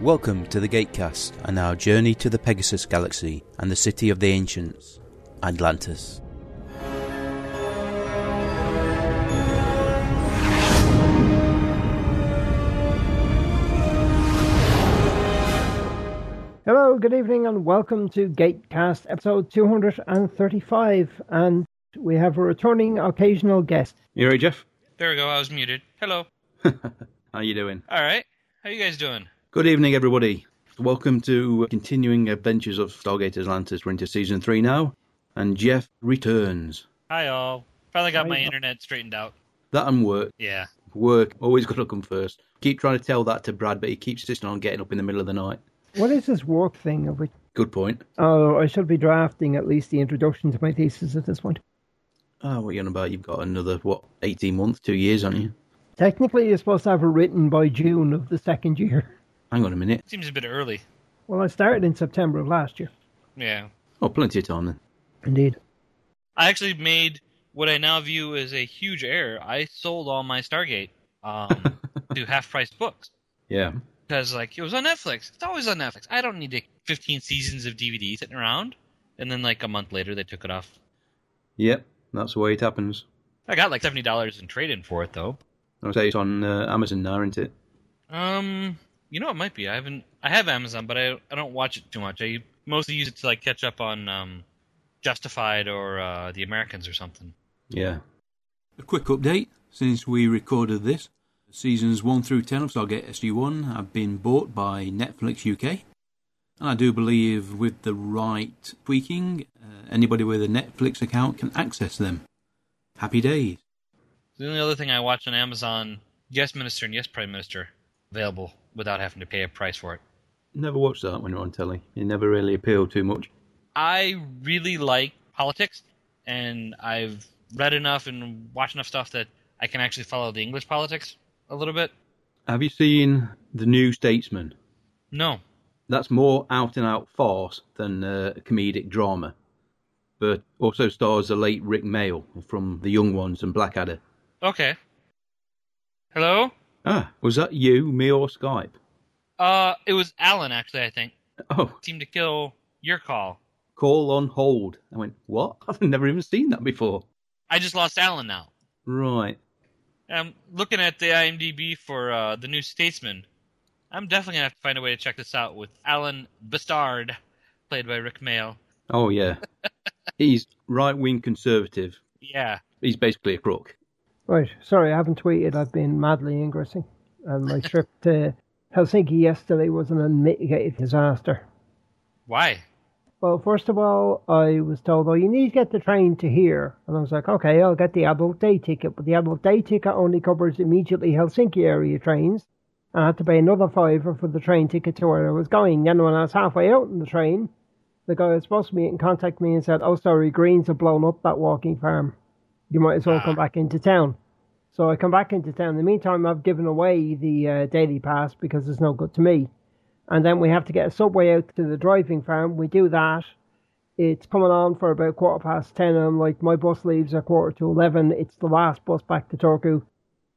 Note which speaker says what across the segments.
Speaker 1: Welcome to the Gatecast and our journey to the Pegasus Galaxy and the city of the ancients, Atlantis.
Speaker 2: Hello, good evening, and welcome to Gatecast episode 235. And we have a returning occasional guest.
Speaker 3: You ready, Jeff?
Speaker 4: There we go. I was muted. Hello.
Speaker 3: How you doing?
Speaker 4: All right. How you guys doing?
Speaker 3: Good evening, everybody. Welcome to continuing adventures of Stargate Atlantis. We're into season three now, and Jeff returns.
Speaker 4: Hi all. Finally got
Speaker 2: Hi,
Speaker 4: my
Speaker 2: all.
Speaker 4: internet straightened out.
Speaker 3: That and work,
Speaker 4: Yeah.
Speaker 3: work always got to come first. Keep trying to tell that to Brad, but he keeps insisting on getting up in the middle of the night.
Speaker 2: What is this work thing? Of which,
Speaker 3: Good point.
Speaker 2: oh, I should be drafting at least the introduction to my thesis at this point.
Speaker 3: Ah, what are you on about? You've got another what, eighteen months, two years, aren't you?
Speaker 2: Technically, you're supposed to have it written by June of the second year.
Speaker 3: Hang on a minute.
Speaker 4: Seems a bit early.
Speaker 2: Well, I started in September of last year.
Speaker 4: Yeah.
Speaker 3: Oh, plenty of time then.
Speaker 2: Indeed.
Speaker 4: I actually made what I now view as a huge error. I sold all my Stargate um, to half price books
Speaker 3: Yeah.
Speaker 4: because like it was on Netflix. It's always on Netflix. I don't need to 15 seasons of DVD sitting around. And then like a month later, they took it off.
Speaker 3: Yep. That's the way it happens.
Speaker 4: I got like seventy dollars in trade in for it though.
Speaker 3: I say it's on uh, Amazon now, isn't it?
Speaker 4: Um, you know, it might be. I haven't. I have Amazon, but I I don't watch it too much. I mostly use it to like catch up on um, Justified or uh, The Americans or something.
Speaker 3: Yeah.
Speaker 5: A quick update since we recorded this. Seasons 1 through 10 of Stargate SG1 have been bought by Netflix UK. And I do believe with the right tweaking, uh, anybody with a Netflix account can access them. Happy days.
Speaker 4: The only other thing I watch on Amazon, Yes Minister and Yes Prime Minister, available without having to pay a price for it.
Speaker 3: Never watched that when it was on telly. It never really appealed too much.
Speaker 4: I really like politics, and I've read enough and watched enough stuff that I can actually follow the English politics a little bit.
Speaker 3: Have you seen The New Statesman?
Speaker 4: No,
Speaker 3: That's more out and out farce than uh, comedic drama, but also stars the late Rick Mayall from The Young Ones and Blackadder.
Speaker 4: okay. Hello.
Speaker 3: Ah, was that you, me, or Skype?
Speaker 4: Uh, it was Alan actually. I think.
Speaker 3: Oh,
Speaker 4: seem to kill your call.
Speaker 3: call on hold. I went, what? I've never even seen that before.
Speaker 4: I just lost Alan now.
Speaker 3: Right.
Speaker 4: I'm looking at the IMDb for uh, the new Statesman. I'm definitely gonna have to find a way to check this out with Alan Bastard, played by Rick Mail.
Speaker 3: Oh, yeah. He's right wing conservative.
Speaker 4: Yeah,
Speaker 3: He's basically a crook.
Speaker 2: Right. Sorry, I haven't tweeted. I've been madly ingressing. And my trip to Helsinki yesterday was an unmitigated disaster.
Speaker 4: why?
Speaker 2: Well, first of all, I was told, oh, you need to get the train to here. And I was like, okay, I'll get the adult day ticket. But the adult day ticket only covers immediately Helsinki area trains. And I had to pay another fiver for the train ticket to where I was going. Then when I was halfway out in the train, the guy who was supposed to meet and contact me and said, oh, sorry, Greens have blown up that walking farm. You might as well come back into town. So I come back into town. In the meantime, I've given away the uh, daily pass because it's no good to me and then we have to get a subway out to the driving farm. We do that. It's coming on for about quarter past ten. And I'm like, my bus leaves at quarter to eleven. It's the last bus back to Turku.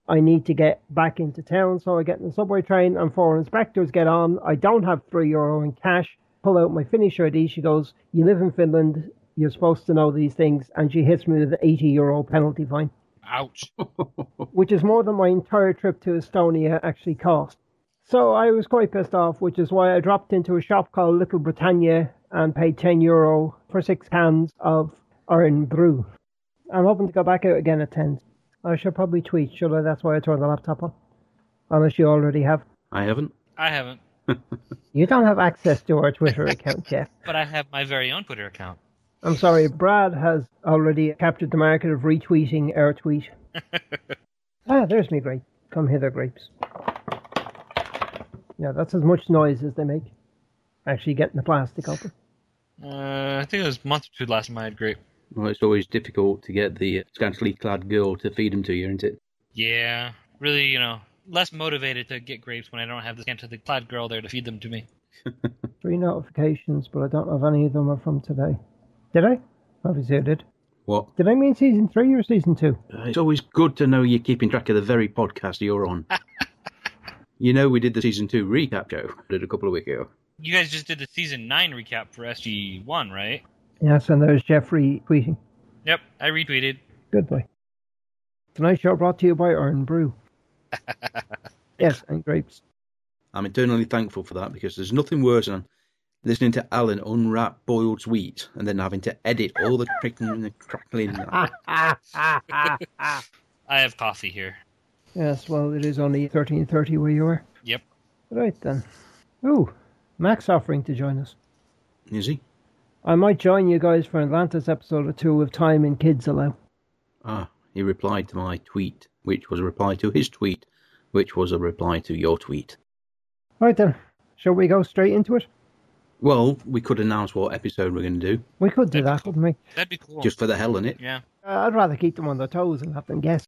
Speaker 2: I need to get back into town, so I get in the subway train, and four inspectors get on. I don't have three euro in cash. Pull out my Finnish ID. She goes, "You live in Finland. You're supposed to know these things," and she hits me with an eighty euro penalty fine,
Speaker 4: Ouch.
Speaker 2: which is more than my entire trip to Estonia actually cost. So I was quite pissed off, which is why I dropped into a shop called Little Britannia and paid 10 euro for six cans of Iron Brew. I'm hoping to go back out again at 10. I should probably tweet, should I? That's why I turned the laptop on. Unless you already have.
Speaker 3: I haven't.
Speaker 4: I haven't,
Speaker 2: You don't have access to our Twitter account, Jeff.
Speaker 4: but I have my very own Twitter account.
Speaker 2: I'm sorry, Brad has already captured the market of retweeting our tweet. ah, there's me grape. Come hither, grapes. Yeah, that's as much noise as they make. Actually, getting the plastic open.
Speaker 4: Uh, I think it was a month or two last time I had grape.
Speaker 3: Well, it's always difficult to get the scantily clad girl to feed him to you, isn't it?
Speaker 4: Yeah, really, you know, less motivated to get grapes when I don't have the to the clad girl there to feed them to me.
Speaker 2: Three notifications, but I don't know if any of them are from today. Did I? Obviously, I did.
Speaker 3: What?
Speaker 2: Did I mean season three or season two?
Speaker 3: It's always good to know you're keeping track of the very podcast you're on. You know, we did the season two recap show did a couple of weeks ago.
Speaker 4: You guys just did the season nine recap for SG One, right?
Speaker 2: Yes, and there's Jeffrey tweeting.
Speaker 4: Yep, I retweeted.
Speaker 2: Good boy. Tonight's show brought to you by Iron Brew. yes, and grapes.
Speaker 3: I'm eternally thankful for that because there's nothing worse than listening to Alan unwrap boiled sweet and then having to edit all the crickling and the crackling.
Speaker 4: I have coffee here.
Speaker 2: Yes, well, it is only 13.30 where you are.
Speaker 4: Yep.
Speaker 2: Right then. Ooh, Max offering to join us.
Speaker 3: Is he?
Speaker 2: I might join you guys for Atlantis episode or two of Time and Kids Allow.
Speaker 3: Ah, he replied to my tweet, which was a reply to his tweet, which was a reply to your tweet.
Speaker 2: Right then, shall we go straight into it?
Speaker 3: Well, we could announce what episode we're going to do
Speaker 2: We could do that, couldn't we?
Speaker 4: That'd be cool.
Speaker 3: just for the hell of it.
Speaker 4: yeah.
Speaker 2: Uh, I'd rather keep them on their toes and have them guess.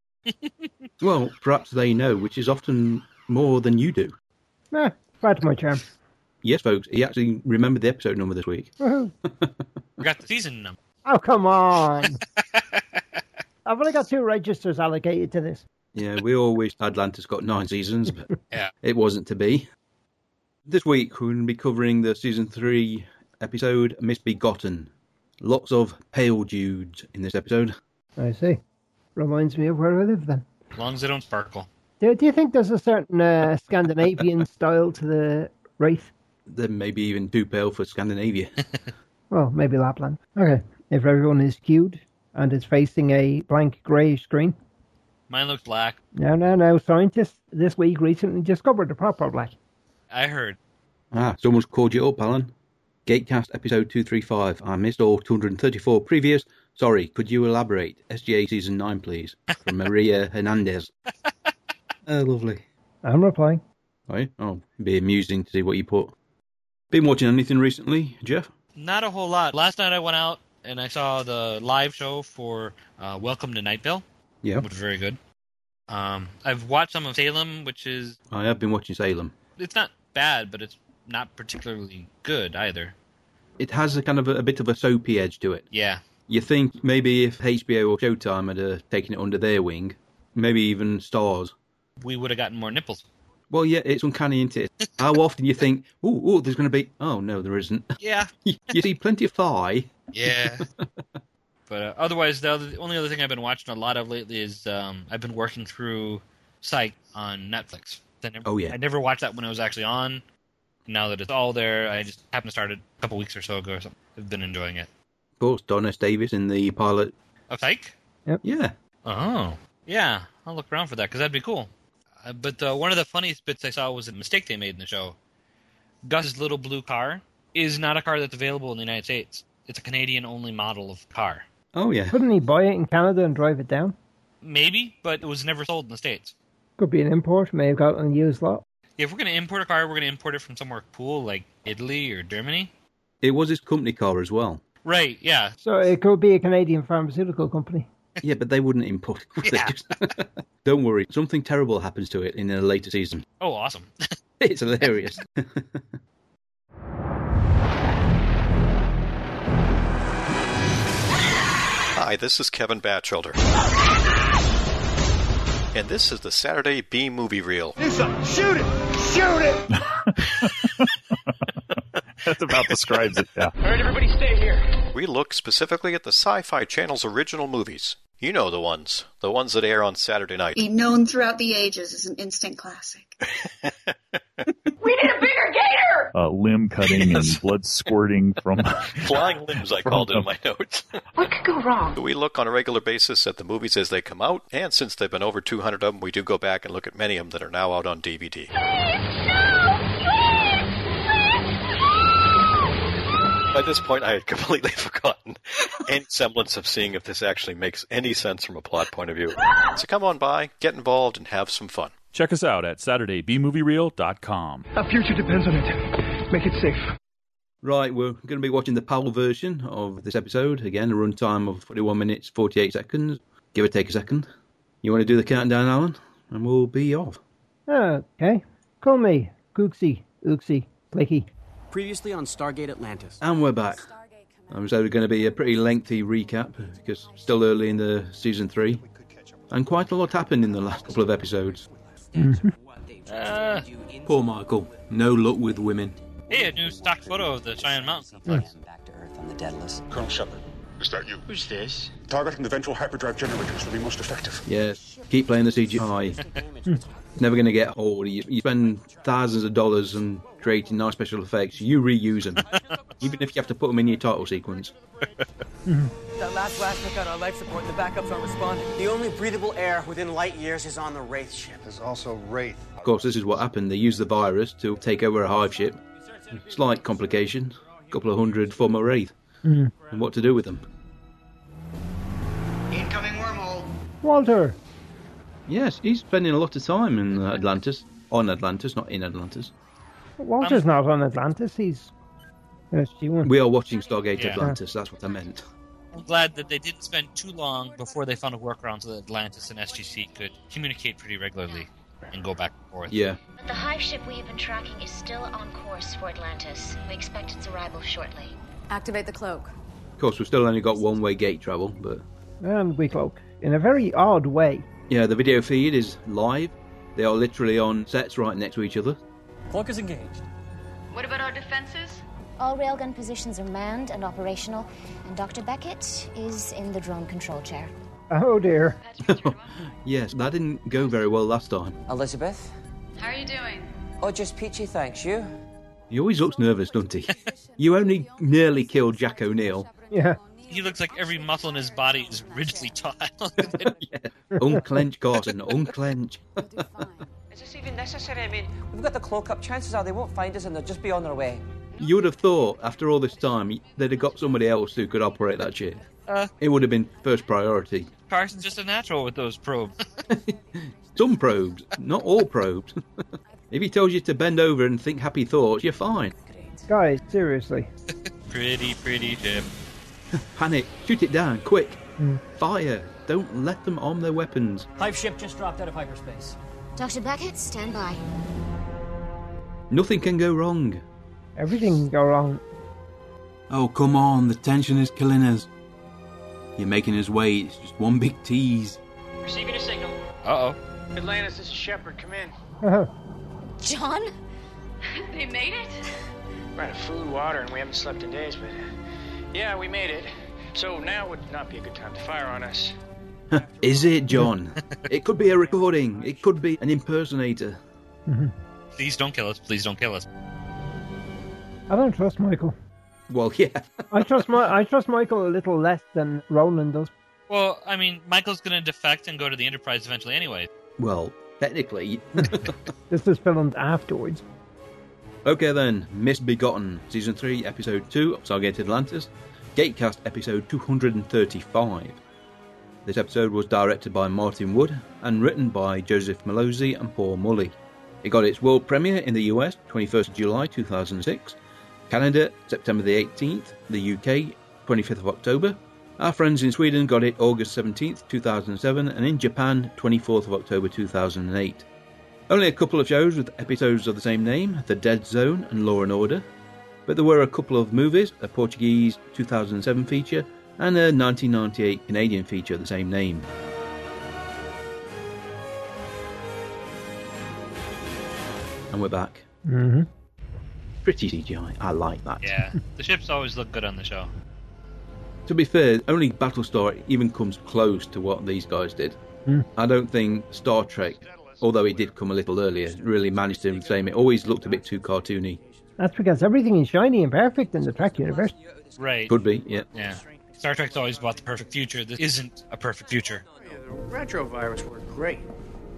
Speaker 3: Well, perhaps they know, which is often more than you do.
Speaker 2: Nah, right to my charm.
Speaker 3: Yes, folks, he actually remembered the episode number this week.
Speaker 2: Woohoo.
Speaker 4: We got the season number.
Speaker 2: Oh, come on. I've only got two registers allocated to this.
Speaker 3: Yeah, we all wished Atlantis got nine seasons, but
Speaker 4: Yeah.
Speaker 3: it wasn't to be. This week, we're going to be covering the season three episode Misbegotten. Lots of pale dudes in this episode.
Speaker 2: I see. Reminds me of where I live then.
Speaker 4: As long as they don't sparkle.
Speaker 2: Do, do you think there's a certain uh, Scandinavian style to the wraith?
Speaker 3: They're maybe even too pale for Scandinavia.
Speaker 2: Well, maybe Lapland. Okay. If everyone is skewed and is facing a blank grey screen.
Speaker 4: Mine looked black.
Speaker 2: No, no, no. Scientists this week recently discovered the proper black.
Speaker 4: I heard.
Speaker 3: ah, someone's called you up, Alan. Gatecast episode 235. I missed all 234 previous. Sorry, could you elaborate? SGA season 9, please. From Maria Hernandez. Oh, lovely.
Speaker 2: I'm replying.
Speaker 3: Right? Oh, it'd be amusing to see what you put. Been watching anything recently, Jeff?
Speaker 4: Not a whole lot. Last night I went out and I saw the live show for uh, Welcome to Nightville,
Speaker 3: Yeah.
Speaker 4: which was very good. Um, I've watched some of Salem, which is
Speaker 3: I have been watching Salem.
Speaker 4: it's not bad, but it's not particularly good either.
Speaker 3: It has a kind of a, a bit of a soapy edge to it.
Speaker 4: Yeah,
Speaker 3: You think maybe if HBO or Showtime had uh, taken it under their wing, maybe even Stars.
Speaker 4: we would have gotten more nipples.
Speaker 3: Well, yeah, it's uncanny, isn't it? How often you think, oh, oh, there's going to be, oh no, there isn't.
Speaker 4: Yeah,
Speaker 3: you see plenty of thigh.
Speaker 4: yeah. but uh, otherwise, the, other, the only other thing I've been watching a lot of lately is um, I've been working through Psych on Netflix. I never,
Speaker 3: Oh, yeah.
Speaker 4: I never watched that when it was actually on. Now that it's all there, I just happened to start it a couple weeks or so ago. Or something. I've been enjoying it.
Speaker 3: Of course, Don S. Davis in the pilot.
Speaker 4: A fake?
Speaker 3: Yeah.
Speaker 4: Oh. Yeah, I'll look around for that because that'd be cool. Uh, but uh, one of the funniest bits I saw was a mistake they made in the show. Gus's little blue car is not a car that's available in the United States. It's a Canadian only model of car.
Speaker 3: Oh, yeah.
Speaker 2: Couldn't he buy it in Canada and drive it down?
Speaker 4: Maybe, but it was never sold in the States.
Speaker 2: Could be an import. May have got an used lot.
Speaker 4: If we're going to import a car, we're going to import it from somewhere cool like Italy or Germany.
Speaker 3: It was his company car as well.
Speaker 4: Right, yeah.
Speaker 2: So it could be a Canadian pharmaceutical company.
Speaker 3: Yeah, but they wouldn't import it. would they?
Speaker 4: Yeah.
Speaker 3: Just- Don't worry, something terrible happens to it in a later season.
Speaker 4: Oh, awesome.
Speaker 3: It's hilarious.
Speaker 6: Hi, this is Kevin Batchelder. And this is the Saturday B Movie Reel.
Speaker 7: That about describes it. Yeah.
Speaker 6: We look specifically at the Sci Fi Channel's original movies. You know the ones, the ones that air on Saturday night.
Speaker 8: be known throughout the ages as an instant classic.
Speaker 7: Uh, limb cutting and blood squirting from.
Speaker 6: Flying Limbs, I called it in my notes.
Speaker 9: What could go wrong?
Speaker 6: we look on a regular basis at the movies as they come out, and since there have been over 200 of them, we do go back and look at many of them that are now out on DVD. By this point, I had completely forgotten any semblance of seeing if this actually makes any sense from a plot point of view. So come on by, get involved, and have some fun.
Speaker 7: Check us out at SaturdayBMovieReel.com.
Speaker 10: Our future depends on it. Make it safe.
Speaker 3: right, we're going to be watching the PAL version of this episode. Again, a runtime of 41 minutes, 48 seconds, give or take a second. You want to do the countdown, Alan? And we'll be off.
Speaker 2: Okay. Call me Gooksy, Ooksy, Clicky.
Speaker 11: Previously on Stargate Atlantis.
Speaker 3: And we're back. Um, so, it's going to be a pretty lengthy recap because still early in the season three. And quite a lot happened in the last couple of episodes.
Speaker 4: Uh,
Speaker 3: Poor Michael. No luck with women.
Speaker 4: hey, a new stock photo of the Cheyenne Mountain complex.
Speaker 12: Back to Earth on the Daedalus.
Speaker 13: Colonel Shepard, is that you?
Speaker 4: Who's this?
Speaker 13: Targeting the ventral hyperdrive generators will be most effective.
Speaker 3: Yes. Keep playing the CGI. it's never going to get old. You, you spend thousands of dollars on creating nice special effects. You reuse them, even if you have to put them in your title sequence.
Speaker 11: That last blast took out our life support, and the backups aren't responding. The only breathable air within light years is on the Wraith ship.
Speaker 13: There's also Wraith.
Speaker 3: Of course, this is what happened. They used the virus to take over a hive ship. Slight complication. couple of hundred former Wraith. And what to do with them?
Speaker 12: Incoming wormhole.
Speaker 2: Walter,
Speaker 3: Yes, he's spending a lot of time in Atlantis. On Atlantis, not in Atlantis.
Speaker 2: Walter's not on Atlantis. He's SG1.
Speaker 3: We are watching Stargate
Speaker 4: Yeah.
Speaker 3: Atlantis. That's what I meant.
Speaker 4: I'm glad that they didn't spend too long before they found a workaround so that Atlantis and SGC could communicate pretty regularly and go back and forth.
Speaker 3: Yeah.
Speaker 14: But the hive ship we have been tracking is still on course for Atlantis. We expect its arrival shortly.
Speaker 15: Activate the cloak.
Speaker 3: Of course, we've still only got one way gate travel, but
Speaker 2: and we cloak in a very odd way.
Speaker 3: yeah, the video feed is live. They are literally on sets right next to each other.
Speaker 11: Cloak is engaged.
Speaker 14: What about our defenses? All railgun positions are manned and operational, and Dr. Beckett is in the drone control chair.
Speaker 2: Oh dear.
Speaker 3: Yes, that didn't go very well last time.
Speaker 12: Elizabeth?
Speaker 14: How are you doing?
Speaker 12: Oh, just peachy, thanks. You?
Speaker 3: He always looks nervous, doesn't he? you only nearly killed Jack O'Neill.
Speaker 2: Yeah.
Speaker 4: He looks like every muscle in his body is rigidly taut.
Speaker 3: unclench, Carson, unclench.
Speaker 12: Is this even necessary? I mean, we've got the cloak up. Chances are they won't find us and they'll just be on their way.
Speaker 3: You would have thought, after all this time, they'd have got somebody else who could operate that ship.
Speaker 4: Uh.
Speaker 3: it would have been first priority.
Speaker 4: Carson's just a natural with those probes.
Speaker 3: Some probes, not all probes. if he tells you to bend over and think happy thoughts, you're fine.
Speaker 2: Guys, seriously.
Speaker 4: pretty, pretty ship.
Speaker 3: Panic, shoot it down, quick. Fire, don't let them arm their weapons.
Speaker 11: Hive ship just dropped out of hyperspace.
Speaker 14: Dr. Beckett, stand by.
Speaker 3: Nothing can go wrong.
Speaker 2: Everything can go wrong.
Speaker 3: Oh, come on, the tension is killing us. You're making us wait, it's just one big tease.
Speaker 16: Receiving a signal.
Speaker 4: Uh oh.
Speaker 16: Atlantis, this is Shepard. Come in.
Speaker 14: John?
Speaker 16: Oh, they made it? We're out of food, water, and we haven't slept in days, but. uh, Yeah, we made it. So now would not be a good time to fire on us.
Speaker 3: is it, John? it could be a recording, it could be an impersonator.
Speaker 4: Please don't kill us. Please don't kill us.
Speaker 2: I don't trust Michael.
Speaker 3: Well, yeah.
Speaker 2: I trust my I trust Michael a little less than Roland does.
Speaker 4: Well, I mean, Michael's going to defect and go to the Enterprise eventually anyway.
Speaker 3: Well, technically.
Speaker 2: This is filmed afterwards.
Speaker 3: okay then, Misbegotten, Season 3, Episode 2 of Stargate Atlantis, Gatecast Episode 235. This episode was directed by Martin Wood and written by Joseph Malozzi and Paul Mully. It got its world premiere in the US 21st July 2006, Canada September the 18th, the UK 25th of October. Our friends in Sweden got it August 17th, 2007, and in Japan 24th of October 2008. Only a couple of shows with episodes of the same name, The Dead Zone and Law and Order, but there were a couple of movies, a Portuguese 2007 feature and a 1998 Canadian feature of the same name. And we're back.
Speaker 2: Mm-hmm.
Speaker 3: Pretty CGI, I like that.
Speaker 4: Yeah. the ships always look good on the show.
Speaker 3: To be fair, only Battlestar even comes close to what these guys did.
Speaker 2: Hmm.
Speaker 3: I don't think Star Trek, although it did come a little earlier, really managed to inflame it. Always looked a bit too cartoony.
Speaker 2: That's because everything is shiny and perfect in the Trek universe.
Speaker 4: Right.
Speaker 3: Could be, yeah.
Speaker 4: Yeah. Star Trek's always about the perfect future. This isn't a perfect future.
Speaker 16: Retrovirus were great.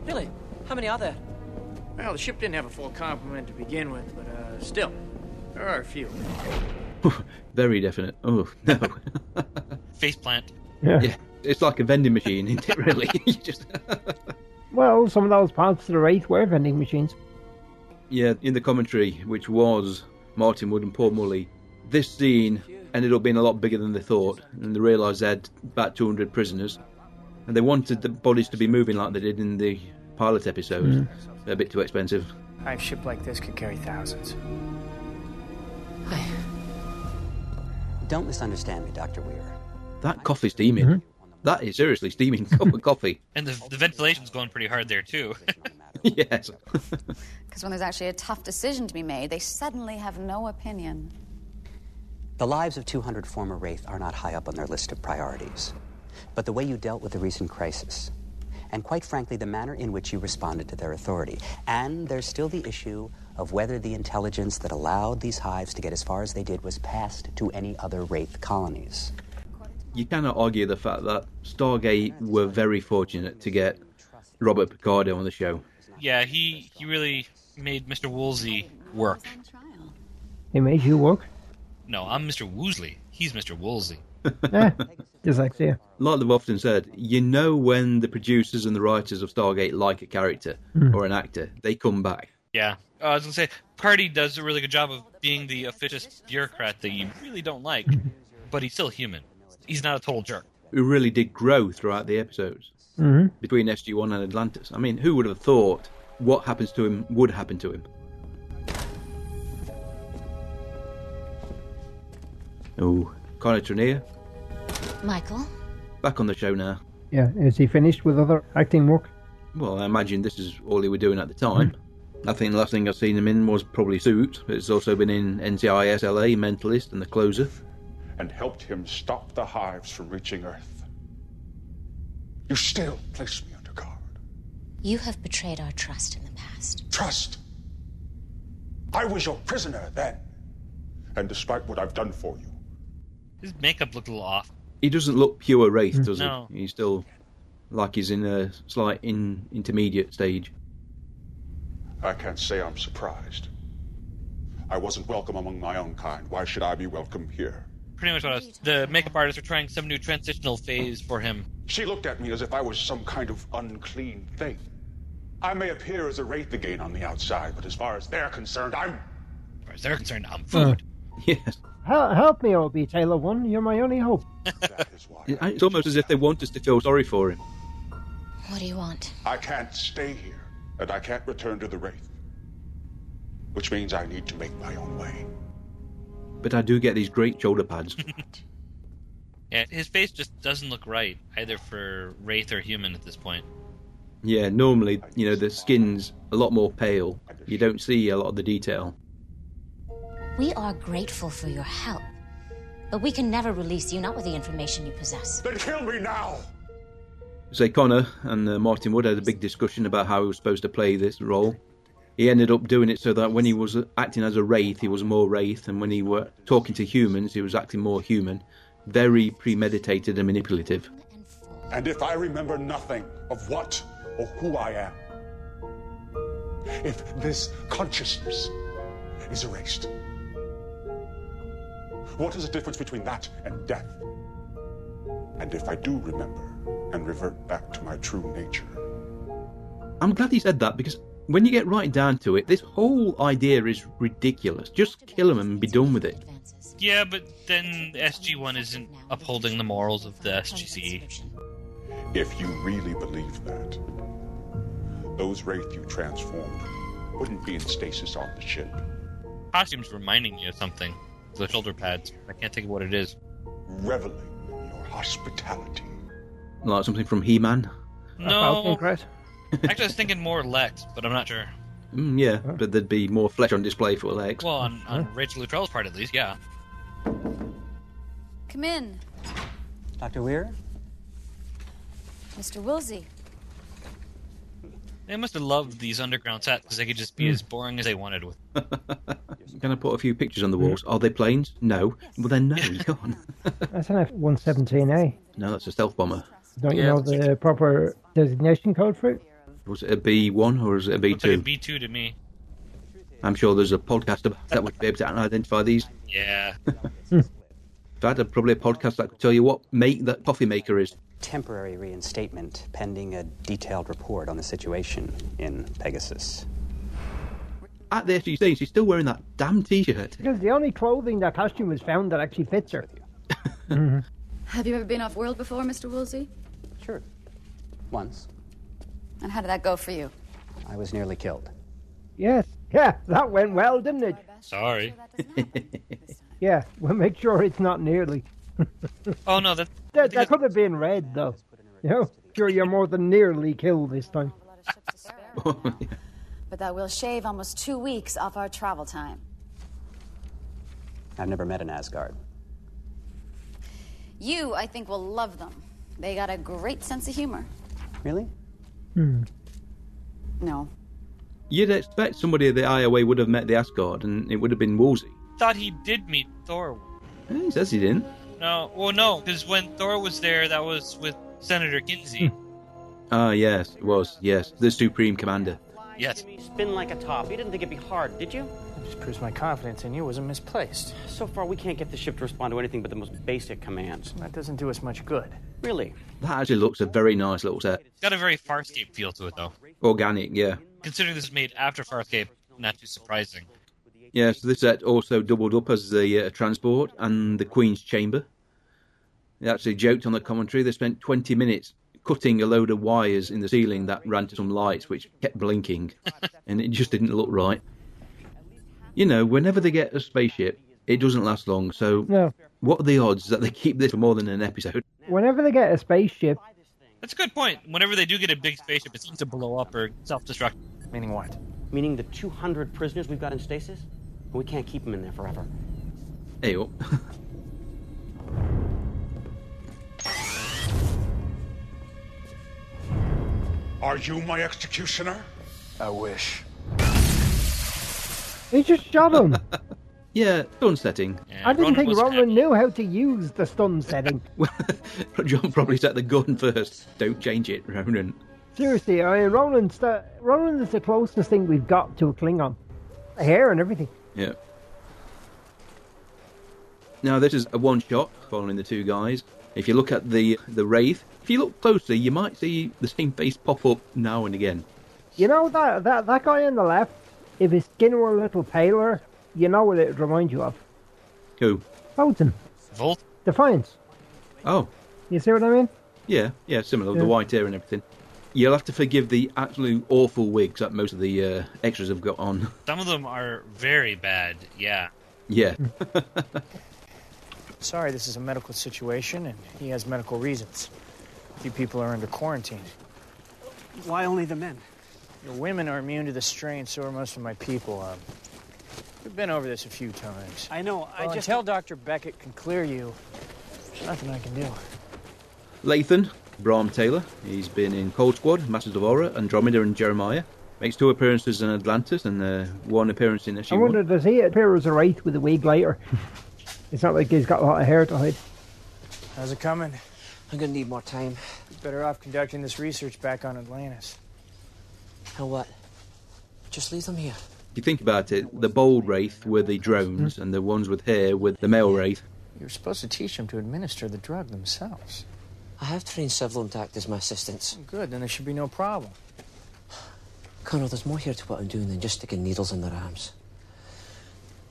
Speaker 12: Really? How many are there?
Speaker 16: Well, the ship didn't have a full complement to begin with, but uh, still, there are a few.
Speaker 3: Very definite. Oh, no.
Speaker 4: Faceplant.
Speaker 2: Yeah.
Speaker 3: yeah. It's like a vending machine, isn't it, really? You just-
Speaker 2: Well, some of those parts of the Wraith were vending machines.
Speaker 3: yeah, in the commentary, which was Martin Wood and Paul Mully, this scene ended up being a lot bigger than they thought, and they realised they had about 200 prisoners, and they wanted the bodies to be moving like they did in the pilot episode. They're a bit too expensive.
Speaker 16: A ship like this could carry thousands.
Speaker 12: Don't misunderstand me, Dr. Weir.
Speaker 3: That coffee's steaming. That is seriously steaming cup of coffee.
Speaker 4: And the, the ventilation's going pretty hard there, too.
Speaker 3: yes.
Speaker 17: Because when there's actually a tough decision to be made, they suddenly have no opinion.
Speaker 18: The lives of 200 former Wraith are not high up on their list of priorities. But the way you dealt with the recent crisis, and quite frankly, the manner in which you responded to their authority, and there's still the issue of whether the intelligence that allowed these hives to get as far as they did was passed to any other Wraith colonies.
Speaker 3: You cannot argue the fact that Stargate were very fortunate to get Robert Picardo on the show.
Speaker 4: Yeah, he he really made Mr. Woolsey work.
Speaker 2: It made you work.
Speaker 4: No, I'm Mr. Woosley. He's Mr. Woolsey.
Speaker 2: Eh, dyslexia.
Speaker 3: Like they've often said, you know when the producers and the writers of Stargate like a character
Speaker 4: Hmm.
Speaker 3: or an actor, they come back.
Speaker 4: Yeah, uh, I was gonna say Cardi does a really good job of being the officious bureaucrat that you really don't like, but he's still human. He's not a total jerk.
Speaker 3: Who really did grow throughout the episodes
Speaker 2: Mhm.
Speaker 3: between SG One and Atlantis. I mean, who would have thought what happens to him would happen to him? Oh, Connor Trenier
Speaker 14: Michael?
Speaker 3: back on the show now.
Speaker 2: Yeah, is he finished with other acting work?
Speaker 3: Well, I imagine this is all he were doing at the time. I think the last thing I've seen him in was probably Suits. but It's also been in NCIS LA, Mentalist, and The Closer.
Speaker 13: and helped him stop the hives from reaching Earth. You still place me under guard.
Speaker 14: You have betrayed our trust in the past.
Speaker 13: Trust. I was your prisoner then. And despite what I've done for you,
Speaker 4: His makeup looked a little off.
Speaker 3: He doesn't look pure Wraith, does
Speaker 4: No.
Speaker 3: he? He's still like he's in a slight in, intermediate stage.
Speaker 13: I can't say I'm surprised. I wasn't welcome among my own kind. Why should I be welcome here?
Speaker 4: Pretty much what I was. The makeup artists are trying some new transitional phase for him.
Speaker 13: She looked at me as if I was some kind of unclean thing. I may appear as a wraith again on the outside, but as far as they're concerned, I'm.
Speaker 4: As far as they're concerned, I'm
Speaker 2: food.
Speaker 3: Yes.
Speaker 2: Hel- help me, Obi Taylor One. You're my only hope.
Speaker 3: It's almost as if they want us to feel sorry for him.
Speaker 14: What do you want?
Speaker 13: I can't stay here, and I can't return to the wraith. Which means I need to make my own way.
Speaker 3: But I do get these great shoulder pads.
Speaker 4: Yeah, his face just doesn't look right either for wraith or human at this point.
Speaker 3: yeah, normally, you know, the skin's a lot more pale. You don't see a lot of the detail.
Speaker 14: We are grateful for your help, but we can never release you, not with the information you possess.
Speaker 13: Then kill me now!
Speaker 3: Say Connor and uh, Martin Wood had a big discussion about how he was supposed to play this role. He ended up doing it so that when he was uh, acting as a wraith, he was more wraith, and when he were talking to humans, he was acting more human. Very premeditated and manipulative.
Speaker 13: And if I remember nothing of what or who I am, if this consciousness is erased, what is the difference between that and death? And if I do remember and revert back to my true nature,
Speaker 3: I'm glad he said that because when you get right down to it, this whole idea is ridiculous. Just kill him and be done with it.
Speaker 4: Yeah, but then SG1 isn't upholding the morals of the SGC.
Speaker 13: if you really believe that, those wraith you transformed wouldn't be in stasis on the ship.
Speaker 4: Costume's reminding me of something. The shoulder pads. I can't think of what it is.
Speaker 13: Reveling in your hospitality.
Speaker 3: Like something from He Man.
Speaker 4: No. Actually, I was thinking more Lex, but I'm not sure.
Speaker 3: Mm, yeah, but there'd be more flesh on display for legs.
Speaker 4: Well, on, on Rachel Luttrell's part, at least, yeah.
Speaker 17: Come in,
Speaker 18: Dr. Weir?
Speaker 17: Mr. Woolsey.
Speaker 4: They must have loved these underground sets because they could just be as boring as they wanted with.
Speaker 3: Can I put a few pictures on the walls? Are they planes? No. Well, then no, you can't.
Speaker 2: That's an F one seventeen A.
Speaker 3: No, that's a stealth bomber.
Speaker 2: Don't you know the proper designation code for it?
Speaker 3: Was it a B one or is it a B two?
Speaker 4: B two to me.
Speaker 3: I'm sure there's a podcast about that would be able to identify these.
Speaker 4: Yeah.
Speaker 3: In fact, there's probably a podcast that could tell you what make that coffee maker is.
Speaker 18: Temporary reinstatement pending a detailed report on the situation in Pegasus.
Speaker 3: At the SGC, she's still wearing that damn T-shirt.
Speaker 2: Because the only clothing that costume was found that actually fits her.
Speaker 17: Have you ever been off world before, Mr. Woolsey?
Speaker 18: Sure. Once,
Speaker 17: And how did that go for you?
Speaker 18: I was nearly killed.
Speaker 2: Yes. Yeah, that went well, didn't it?
Speaker 4: Sorry.
Speaker 2: Yeah, we'll make sure it's not nearly.
Speaker 4: Oh no, that
Speaker 2: That, that could have been red, though. You know, sure, you're more than nearly killed this time.
Speaker 17: but that will shave almost two weeks off our travel time.
Speaker 18: I've never met an Asgard.
Speaker 17: You, I think, will love them. They got a great sense of humor.
Speaker 18: Really?
Speaker 17: No.
Speaker 3: You'd expect somebody of the IOA would have met the Asgard, and it would have been Wolsey.
Speaker 4: Thought he did meet Thor.
Speaker 3: Eh, He says he didn't.
Speaker 4: No, well, no, because when Thor was there, that was with Senator Kinsey.
Speaker 3: Ah, yes, it was. Yes, the Supreme Commander.
Speaker 4: Yes.
Speaker 11: You spin like a top. You didn't think it'd be hard, did you? It just proves my confidence in you wasn't misplaced. So far, we can't get the ship to respond to anything but the most basic commands. That doesn't do us much good. Really?
Speaker 3: That actually looks a very nice little set.
Speaker 4: It's got a very Farscape feel to it, though.
Speaker 3: Organic, yeah.
Speaker 4: Considering this was made after Farscape, not too surprising.
Speaker 3: Yeah, so this set also doubled up as the uh, transport and the Queen's chamber. They actually joked on the commentary they spent 20 minutes cutting a load of wires in the ceiling that ran to some lights which kept blinking, and it just didn't look right. You know, whenever they get a spaceship, it doesn't last long, so
Speaker 2: No.
Speaker 3: what are the odds that they keep this for more than an episode?
Speaker 2: Whenever they get a spaceship,
Speaker 4: That's a good point. Whenever they do get a big spaceship, it seems to blow up or self destruct.
Speaker 11: Meaning what? Meaning the 200 prisoners we've got in stasis? We can't keep them in there forever.
Speaker 3: Hey, oh. up.
Speaker 13: Are you my executioner? I wish.
Speaker 2: he just shot him.
Speaker 3: yeah, stun setting.
Speaker 2: I didn't think Roland knew how to use the stun setting.
Speaker 3: John probably set the gun first. Don't change it, Ronan.
Speaker 2: Seriously, I mean, Roland's the, Roland is the closest thing we've got to a Klingon. The hair and everything.
Speaker 3: Yeah. Now this is a one shot following the two guys. If you look at the the wraith, if you look closely, you might see the same face pop up now and again.
Speaker 2: You know that, that that guy on the left, if his skin were a little paler, you know what it would remind you of.
Speaker 3: Who?
Speaker 2: Fulton.
Speaker 4: Volt?
Speaker 2: Defiance.
Speaker 3: Oh,
Speaker 2: You see what I mean?
Speaker 3: yeah, yeah, similar.
Speaker 2: Yeah.
Speaker 3: The white hair and everything. You'll have to forgive the absolute awful wigs that most of the uh, extras have got on.
Speaker 4: Some of them are very bad, yeah.
Speaker 3: yeah,
Speaker 16: Sorry, this is a medical situation, and he has medical reasons. A few people are under quarantine.
Speaker 11: Why only the men?
Speaker 16: Your women are immune to the strain, so are most of my people. Um, we've been over this a few times.
Speaker 11: I know, I
Speaker 16: Well,
Speaker 11: just.
Speaker 16: Until Dr. Beckett can clear you, there's nothing I can do.
Speaker 3: Lathan, Brahm Taylor. He's been in Cold Squad, Masters of Horror, Andromeda, and Jeremiah. Makes two appearances in Atlantis and uh, one appearance in
Speaker 2: I
Speaker 3: issue.
Speaker 2: wonder, does he appear as a wraith with a wig later? it's not like he's got a lot of hair to hide.
Speaker 16: How's it coming? I'm gonna need more time. Better off conducting this research back on Atlantis. Now what? Just leave them here.
Speaker 3: If you think about it, the bold wraith were the drones, and the ones with hair were the male wraith.
Speaker 16: You're supposed to teach them to administer the drug themselves.
Speaker 12: I have trained several to act as my assistants.
Speaker 16: Good, then there should be no problem.
Speaker 12: Colonel, there's more here to what I'm doing than just sticking needles in their arms.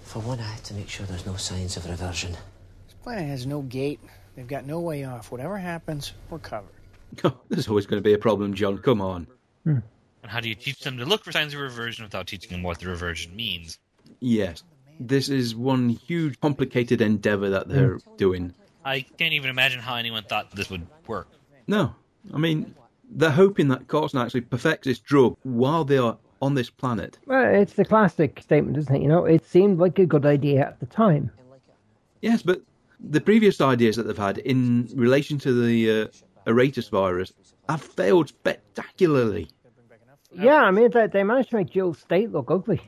Speaker 12: For one, I had to make sure there's no signs of reversion.
Speaker 16: This planet has no gate. They've got no way off. Whatever happens, we're covered.
Speaker 3: Oh, There's always going to be a problem, John. Come on.
Speaker 4: And how do you teach them to look for signs of reversion without teaching them what the reversion means?
Speaker 3: Yes. This is one huge, complicated endeavour that they're doing.
Speaker 4: I can't even imagine how anyone thought this would work.
Speaker 3: No. I mean, they're hoping that Carson actually perfects this drug while they are on this planet.
Speaker 2: Well, it's the classic statement, isn't it? You know, it seemed like a good idea at the time.
Speaker 3: Yes, but the previous ideas that they've had in relation to the uh, Aratus virus have failed spectacularly.
Speaker 2: Yeah, I mean, they, they managed to make Jill's state look ugly.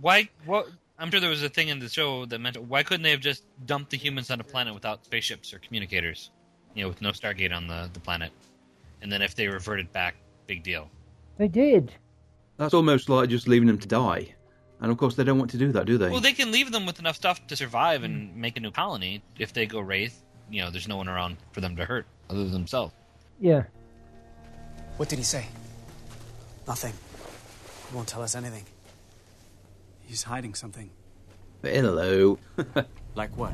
Speaker 4: Why? What? I'm sure there was a thing in the show that meant why couldn't they have just dumped the humans on a planet without spaceships or communicators? You know, with no Stargate on the, the planet. And then if they reverted back, big deal.
Speaker 2: They did.
Speaker 3: That's almost like just leaving them to die. And of course, they don't want to do that, do they?
Speaker 4: Well, they can leave them with enough stuff to survive and make a new colony. If they go wraith, you know, there's no one around for them to hurt other than themselves.
Speaker 2: Yeah.
Speaker 16: What did he say?
Speaker 11: Nothing. He won't tell us anything. He's hiding something.
Speaker 3: Hello.
Speaker 11: Like what?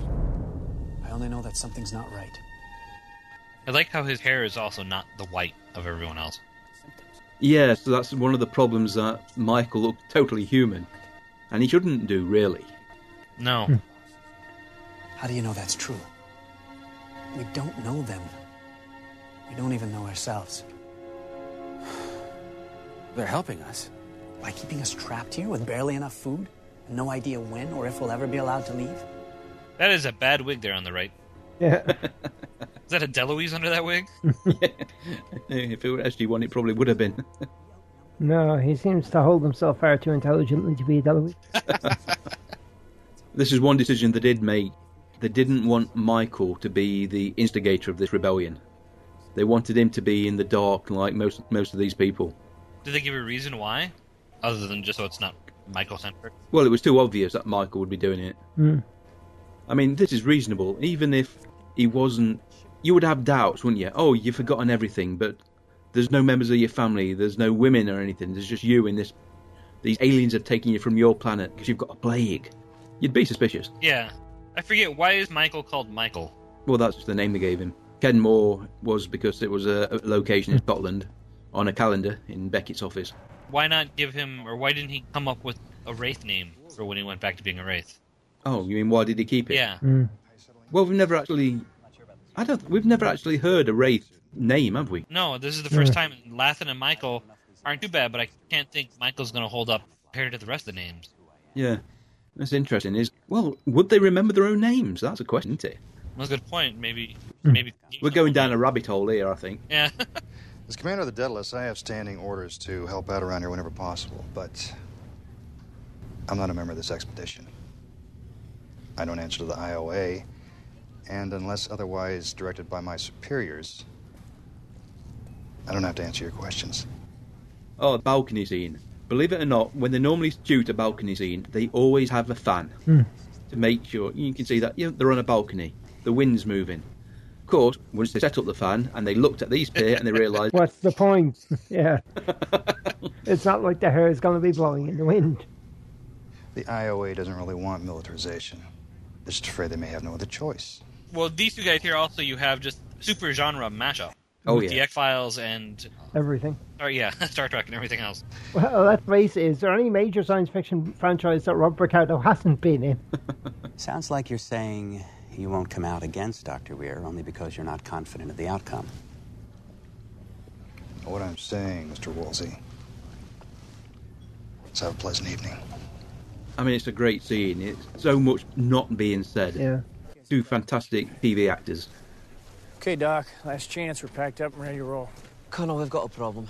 Speaker 11: I only know that something's not right.
Speaker 4: I like how his hair is also not the white of everyone else.
Speaker 3: Yeah, so that's one of the problems that Michael looked totally human. And he shouldn't do, really.
Speaker 4: No.
Speaker 11: How do you know that's true? We don't know them. We don't even know ourselves.
Speaker 19: They're helping us. By keeping us trapped here with barely enough food, and no idea when or if we'll ever be allowed to leave?
Speaker 4: That is a bad wig there on the right.
Speaker 2: Yeah.
Speaker 4: Is that a Deloise under that wig?
Speaker 3: Eh, if it were SG1, it probably would have been.
Speaker 2: No, he seems to hold himself far too intelligently to be a Deloitte.
Speaker 3: This is one decision they did make. They didn't want Michael to be the instigator of this rebellion. They wanted him to be in the dark, like most most of these people.
Speaker 4: Did they give a reason why? Other than just so it's not Michael centric?
Speaker 3: Well, it was too obvious that Michael would be doing it.
Speaker 2: Hmm.
Speaker 3: I mean, this is reasonable. Even if he wasn't, you would have doubts, wouldn't you? Oh, you've forgotten everything, but there's no members of your family, there's no women or anything. There's just you and this. These aliens have taken you from your planet because you've got a plague. You'd be suspicious.
Speaker 4: Yeah. I forget why is Michael called Michael?
Speaker 3: Well, that's the name they gave him. Kenmore was because it was a a location in Scotland on a calendar in Beckett's office.
Speaker 4: Why not give him or why didn't he come up with a Wraith name for when he went back to being a Wraith?
Speaker 3: Oh, you mean why did he keep it?
Speaker 4: Yeah.
Speaker 3: Well, we've never actually. I don't. We've never actually heard a wraith name, have we?
Speaker 4: No, this is the first
Speaker 3: Yeah.
Speaker 4: time Lathan and Michael aren't too bad, but I can't think Michael's gonna hold up compared to the rest of the names.
Speaker 3: Yeah. That's interesting. Is well, would they remember their own names? That's a question, isn't it?
Speaker 4: That's a good point. Maybe maybe
Speaker 3: We're going down a rabbit hole here, I think.
Speaker 4: Yeah.
Speaker 20: As commander of the Daedalus, I have standing orders to help out around here whenever possible, but I'm not a member of this expedition. I don't answer to the IOA, and unless otherwise directed by my superiors, I don't have to answer your questions.
Speaker 3: Oh, the balcony scene. Believe it or not, when they normally shoot a balcony scene, they always have a fan
Speaker 2: Hmm.
Speaker 3: to make sure you can see that you know, they're on a balcony. The wind's moving. Of course, once they set up the fan and they looked at these pair and they realised
Speaker 2: What's the point? yeah. it's not like the hair is going to be blowing in the wind.
Speaker 20: The IOA doesn't really want militarization. They're just afraid they may have no other choice.
Speaker 4: Well, these two guys here also you have just super genre mashup.
Speaker 20: Oh,
Speaker 4: With
Speaker 20: yeah.
Speaker 4: The X Files and
Speaker 2: Everything.
Speaker 4: or yeah, Star Trek and everything else.
Speaker 2: Well, let's face it, is there any major science fiction franchise that Rob Picardo hasn't been in?
Speaker 18: Sounds like you're saying you won't come out against Dr. Weir only because you're not confident of the outcome.
Speaker 20: What I'm saying, Mr. Wolsey, is have a pleasant evening.
Speaker 3: I mean, it's a great scene. It's so much not being said.
Speaker 2: Yeah.
Speaker 3: Two fantastic TV actors.
Speaker 16: Okay, Doc. Last chance. We're packed up and ready to roll.
Speaker 12: Colonel, we've got a problem.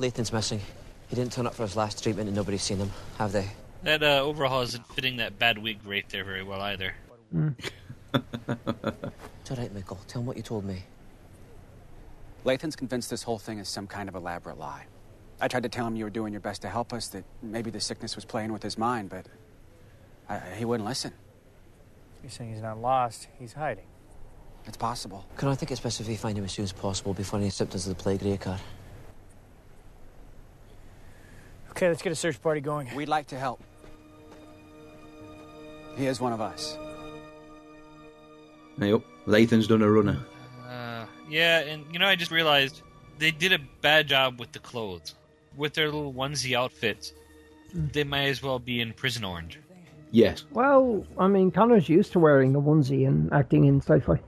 Speaker 12: Layton's missing. He didn't turn up for his last treatment and nobody's seen him, have they?
Speaker 4: That uh, overhaul isn't fitting that bad wig right there very well either.
Speaker 12: It's all right, Michael. Tell him what you told me.
Speaker 19: Lathan's convinced this whole thing is some kind of elaborate lie. I tried to tell him you were doing your best to help us, that maybe the sickness was playing with his mind, but I, he wouldn't listen.
Speaker 11: You're saying he's not lost, he's hiding.
Speaker 19: It's possible.
Speaker 12: Colonel, I think it's best if we find him as soon as possible before any symptoms of the plague reoccur.
Speaker 19: Okay, let's get a search party going. We'd like to help. He is one of us.
Speaker 3: Yep. Lathan's done a runner.
Speaker 4: Uh, yeah, and you know, I just realized they did a bad job with the clothes, with their little onesie outfits. They might as well be in prison orange.
Speaker 3: Yes.
Speaker 2: Well, I mean, Connor's used to wearing a onesie and acting in sci-fi.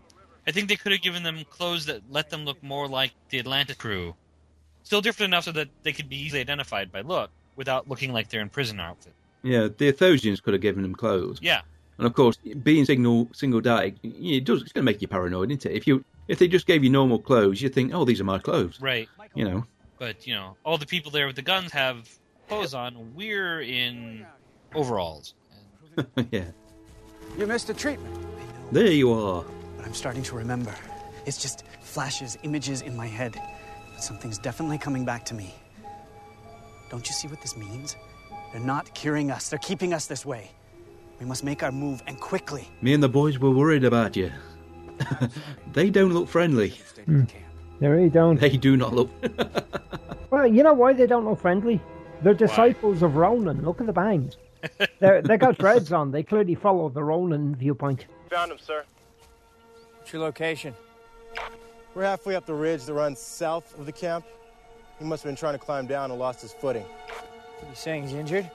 Speaker 4: I think they could have given them clothes that let them look more like the Atlantis crew, still different enough so that they could be easily identified by look without looking like they're in prison outfit.
Speaker 3: Yeah, the Athosians could have given them clothes.
Speaker 4: Yeah,
Speaker 3: And of course, being single singled out, it- it does it's going to make you paranoid, isn't it? If you if they just gave you normal clothes, you'd think, oh, these are my clothes.
Speaker 4: right.
Speaker 3: You know.
Speaker 4: But you know, all the people there with the guns have clothes on. We're in overalls.
Speaker 3: yeah.
Speaker 19: You missed a treatment.
Speaker 3: There you are.
Speaker 19: But I'm starting to remember. It's just flashes, images in my head. But something's definitely coming back to me. Don't you see what this means? They're not curing us, they're keeping us this way. We must make our move and quickly.
Speaker 3: Me and the boys were worried about you. they don't look friendly.
Speaker 2: They really don't.
Speaker 3: They do not look.
Speaker 2: Well, you know why they don't look friendly? They're disciples of Ronan. Look at the bangs. They're, they got dreads on. They clearly follow the Ronan viewpoint.
Speaker 10: Found him, sir.
Speaker 16: What's your location?
Speaker 21: We're halfway up the ridge that runs south of the camp. He must have been trying to climb down and lost his footing.
Speaker 16: You saying he's injured?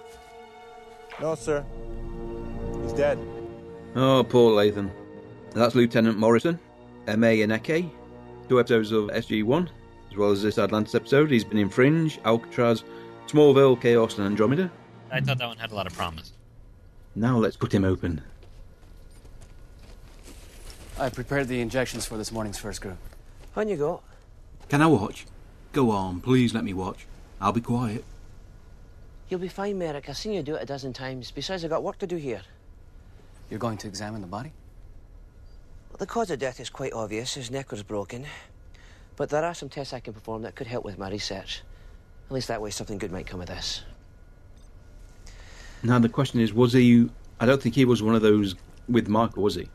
Speaker 21: No, sir. He's dead.
Speaker 3: Oh, poor Latham. That's Lieutenant Morrison, M.A. Ineke, two episodes of SG1, As well as this Atlantis episode, he's been in Fringe, Alcatraz, Smallville, Chaos, and Andromeda.
Speaker 4: I thought that one had a lot of promise.
Speaker 3: Now let's cut him open.
Speaker 1: I prepared the injections for this morning's first group.
Speaker 12: On you go.
Speaker 5: Can I watch? Go on, please let me watch. I'll be quiet.
Speaker 12: You'll be fine, Merrick. I've seen you do it a dozen times. Besides, I've got work to do here.
Speaker 1: You're going to examine the body?
Speaker 12: The cause of death is quite obvious. His neck was broken. But there are some tests I can perform that could help with my research. At least that way, something good might come of this.
Speaker 3: Now the question is, was he? I don't think he was one of those with Michael, was he?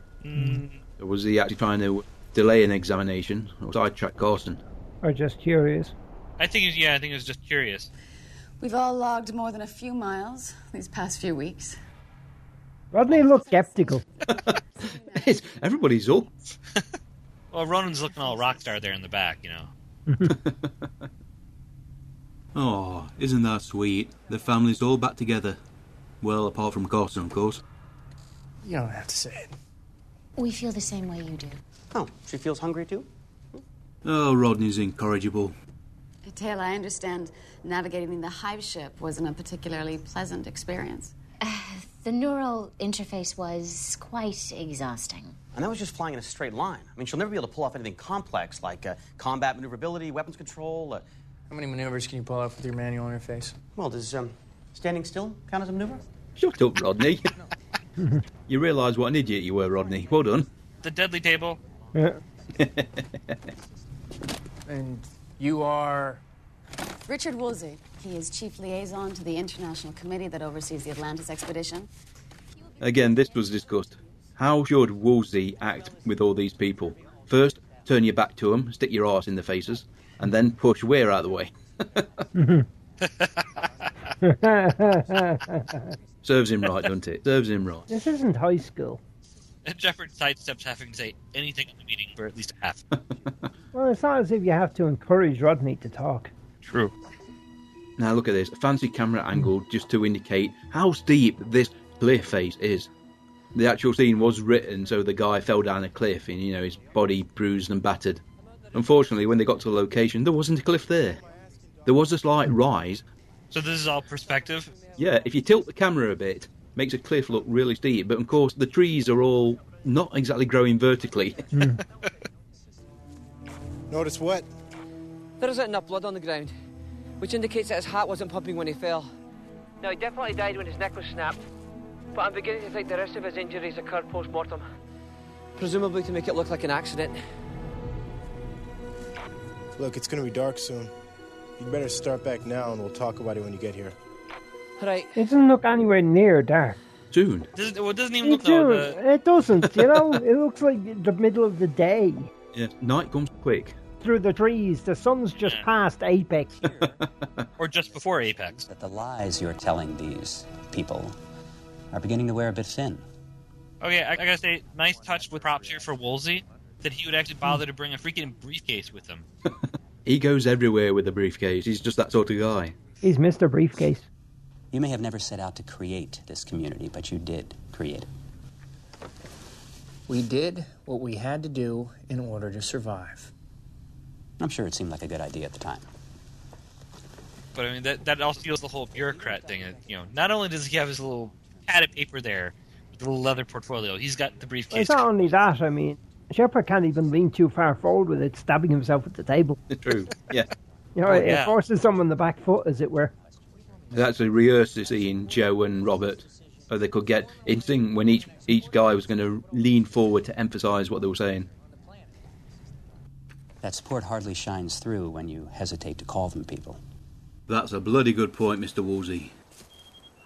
Speaker 3: Or was he actually trying to delay an examination or sidetrack Carson?
Speaker 2: Or just curious.
Speaker 4: I think, he's- yeah, I think it was just curious.
Speaker 17: We've all logged more than a few miles these past few weeks.
Speaker 2: Rodney looked skeptical.
Speaker 3: Everybody's up.
Speaker 4: Well, Ronan's looking all rock star there in the back, you know.
Speaker 5: Oh, isn't that sweet? The family's all back together. Well, apart from Carson, of course.
Speaker 16: You don't have to say it.
Speaker 14: We feel the same way you do.
Speaker 5: Oh, she feels hungry too? Oh, Rodney's incorrigible.
Speaker 17: Taylor, I understand navigating the hive ship wasn't a particularly pleasant experience.
Speaker 14: The neural interface was quite exhausting.
Speaker 1: And that was just flying in a straight line. I mean, she'll never be able to pull off anything complex like uh, combat maneuverability, weapons control. Uh...
Speaker 16: How many maneuvers can you pull off with your manual interface?
Speaker 1: Well, does um, standing still count as a maneuver?
Speaker 3: Shut up, Rodney. you realise what an idiot you were, Rodney. Well done.
Speaker 4: The deadly table.
Speaker 16: And you are.
Speaker 17: Richard Woolsey. He is chief liaison to the international committee that oversees the Atlantis expedition.
Speaker 3: Again, this was discussed. How should Woolsey act with all these people? First, turn your back to them, stick your arse in the faces, and then push Weir out of the way.
Speaker 2: this
Speaker 3: Serves him right, doesn't it? Serves him right.
Speaker 2: isn't high school.
Speaker 4: And Jefford sidesteps having to say anything at the meeting for at least a half.
Speaker 2: Well, it's not as if you have to encourage Rodney to talk.
Speaker 3: True. Now look at this. A fancy camera angle just to indicate how steep this cliff face is. The actual scene was written so the guy fell down a cliff and, you know, his body bruised and battered. Unfortunately, when they got to the location, there wasn't a cliff there. There was a slight rise.
Speaker 4: So this is all perspective.
Speaker 3: Yeah, if you tilt the camera a bit, makes a cliff look really steep. But of course, the trees are all not exactly growing vertically.
Speaker 21: Notice what?
Speaker 9: There isn't enough blood on the ground, which indicates that his heart wasn't pumping when he fell. Now, he definitely died when his neck was snapped, but I'm beginning to think the rest of his injuries occurred post mortem. Presumably to make it look like an accident.
Speaker 21: Look, it's going to be dark soon. You'd better start back now, and we'll talk about it when you get here.
Speaker 9: Right.
Speaker 2: It doesn't look anywhere near dark.
Speaker 3: Soon.
Speaker 4: Doesn't, well, it doesn't even
Speaker 2: It,
Speaker 4: look though. uh,
Speaker 2: do- it doesn't, you know? it looks like the middle of the day.
Speaker 3: Yeah, night comes quick.
Speaker 2: Through the trees, the sun's just past apex.
Speaker 4: or just before Apex.
Speaker 18: That the lies you're telling these people are beginning to wear a bit thin.
Speaker 4: Okay, I, I gotta say, nice touch with props here for Woolsey that he would actually bother to bring a freaking briefcase with him.
Speaker 3: He goes everywhere with a briefcase. He's just that sort of guy.
Speaker 2: He's Mr. Briefcase.
Speaker 18: You may have never set out to create this community, but you did create it.
Speaker 16: We did what we had to do in order to survive.
Speaker 18: I'm sure it seemed like a good idea at the time.
Speaker 4: But I mean, that that also feels the whole bureaucrat thing. uh, You know, not only does he have his little pad of paper there with the little leather portfolio, he's got the
Speaker 2: Well,
Speaker 4: briefcase.
Speaker 2: it's not only that, I mean, Shepard can't even lean too far forward with it, stabbing himself at the table.
Speaker 3: True. Yeah.
Speaker 2: You know,
Speaker 3: Oh,
Speaker 2: it
Speaker 3: yeah.
Speaker 2: forces someone on the back foot, as it were.
Speaker 3: They actually rehearsed the scene, Joe and Robert, so they could get in sync when each each guy was going to lean forward to emphasise what they were saying.
Speaker 18: That support hardly shines through when you hesitate to call them people.
Speaker 5: That's a bloody good point, Mr. Woolsey.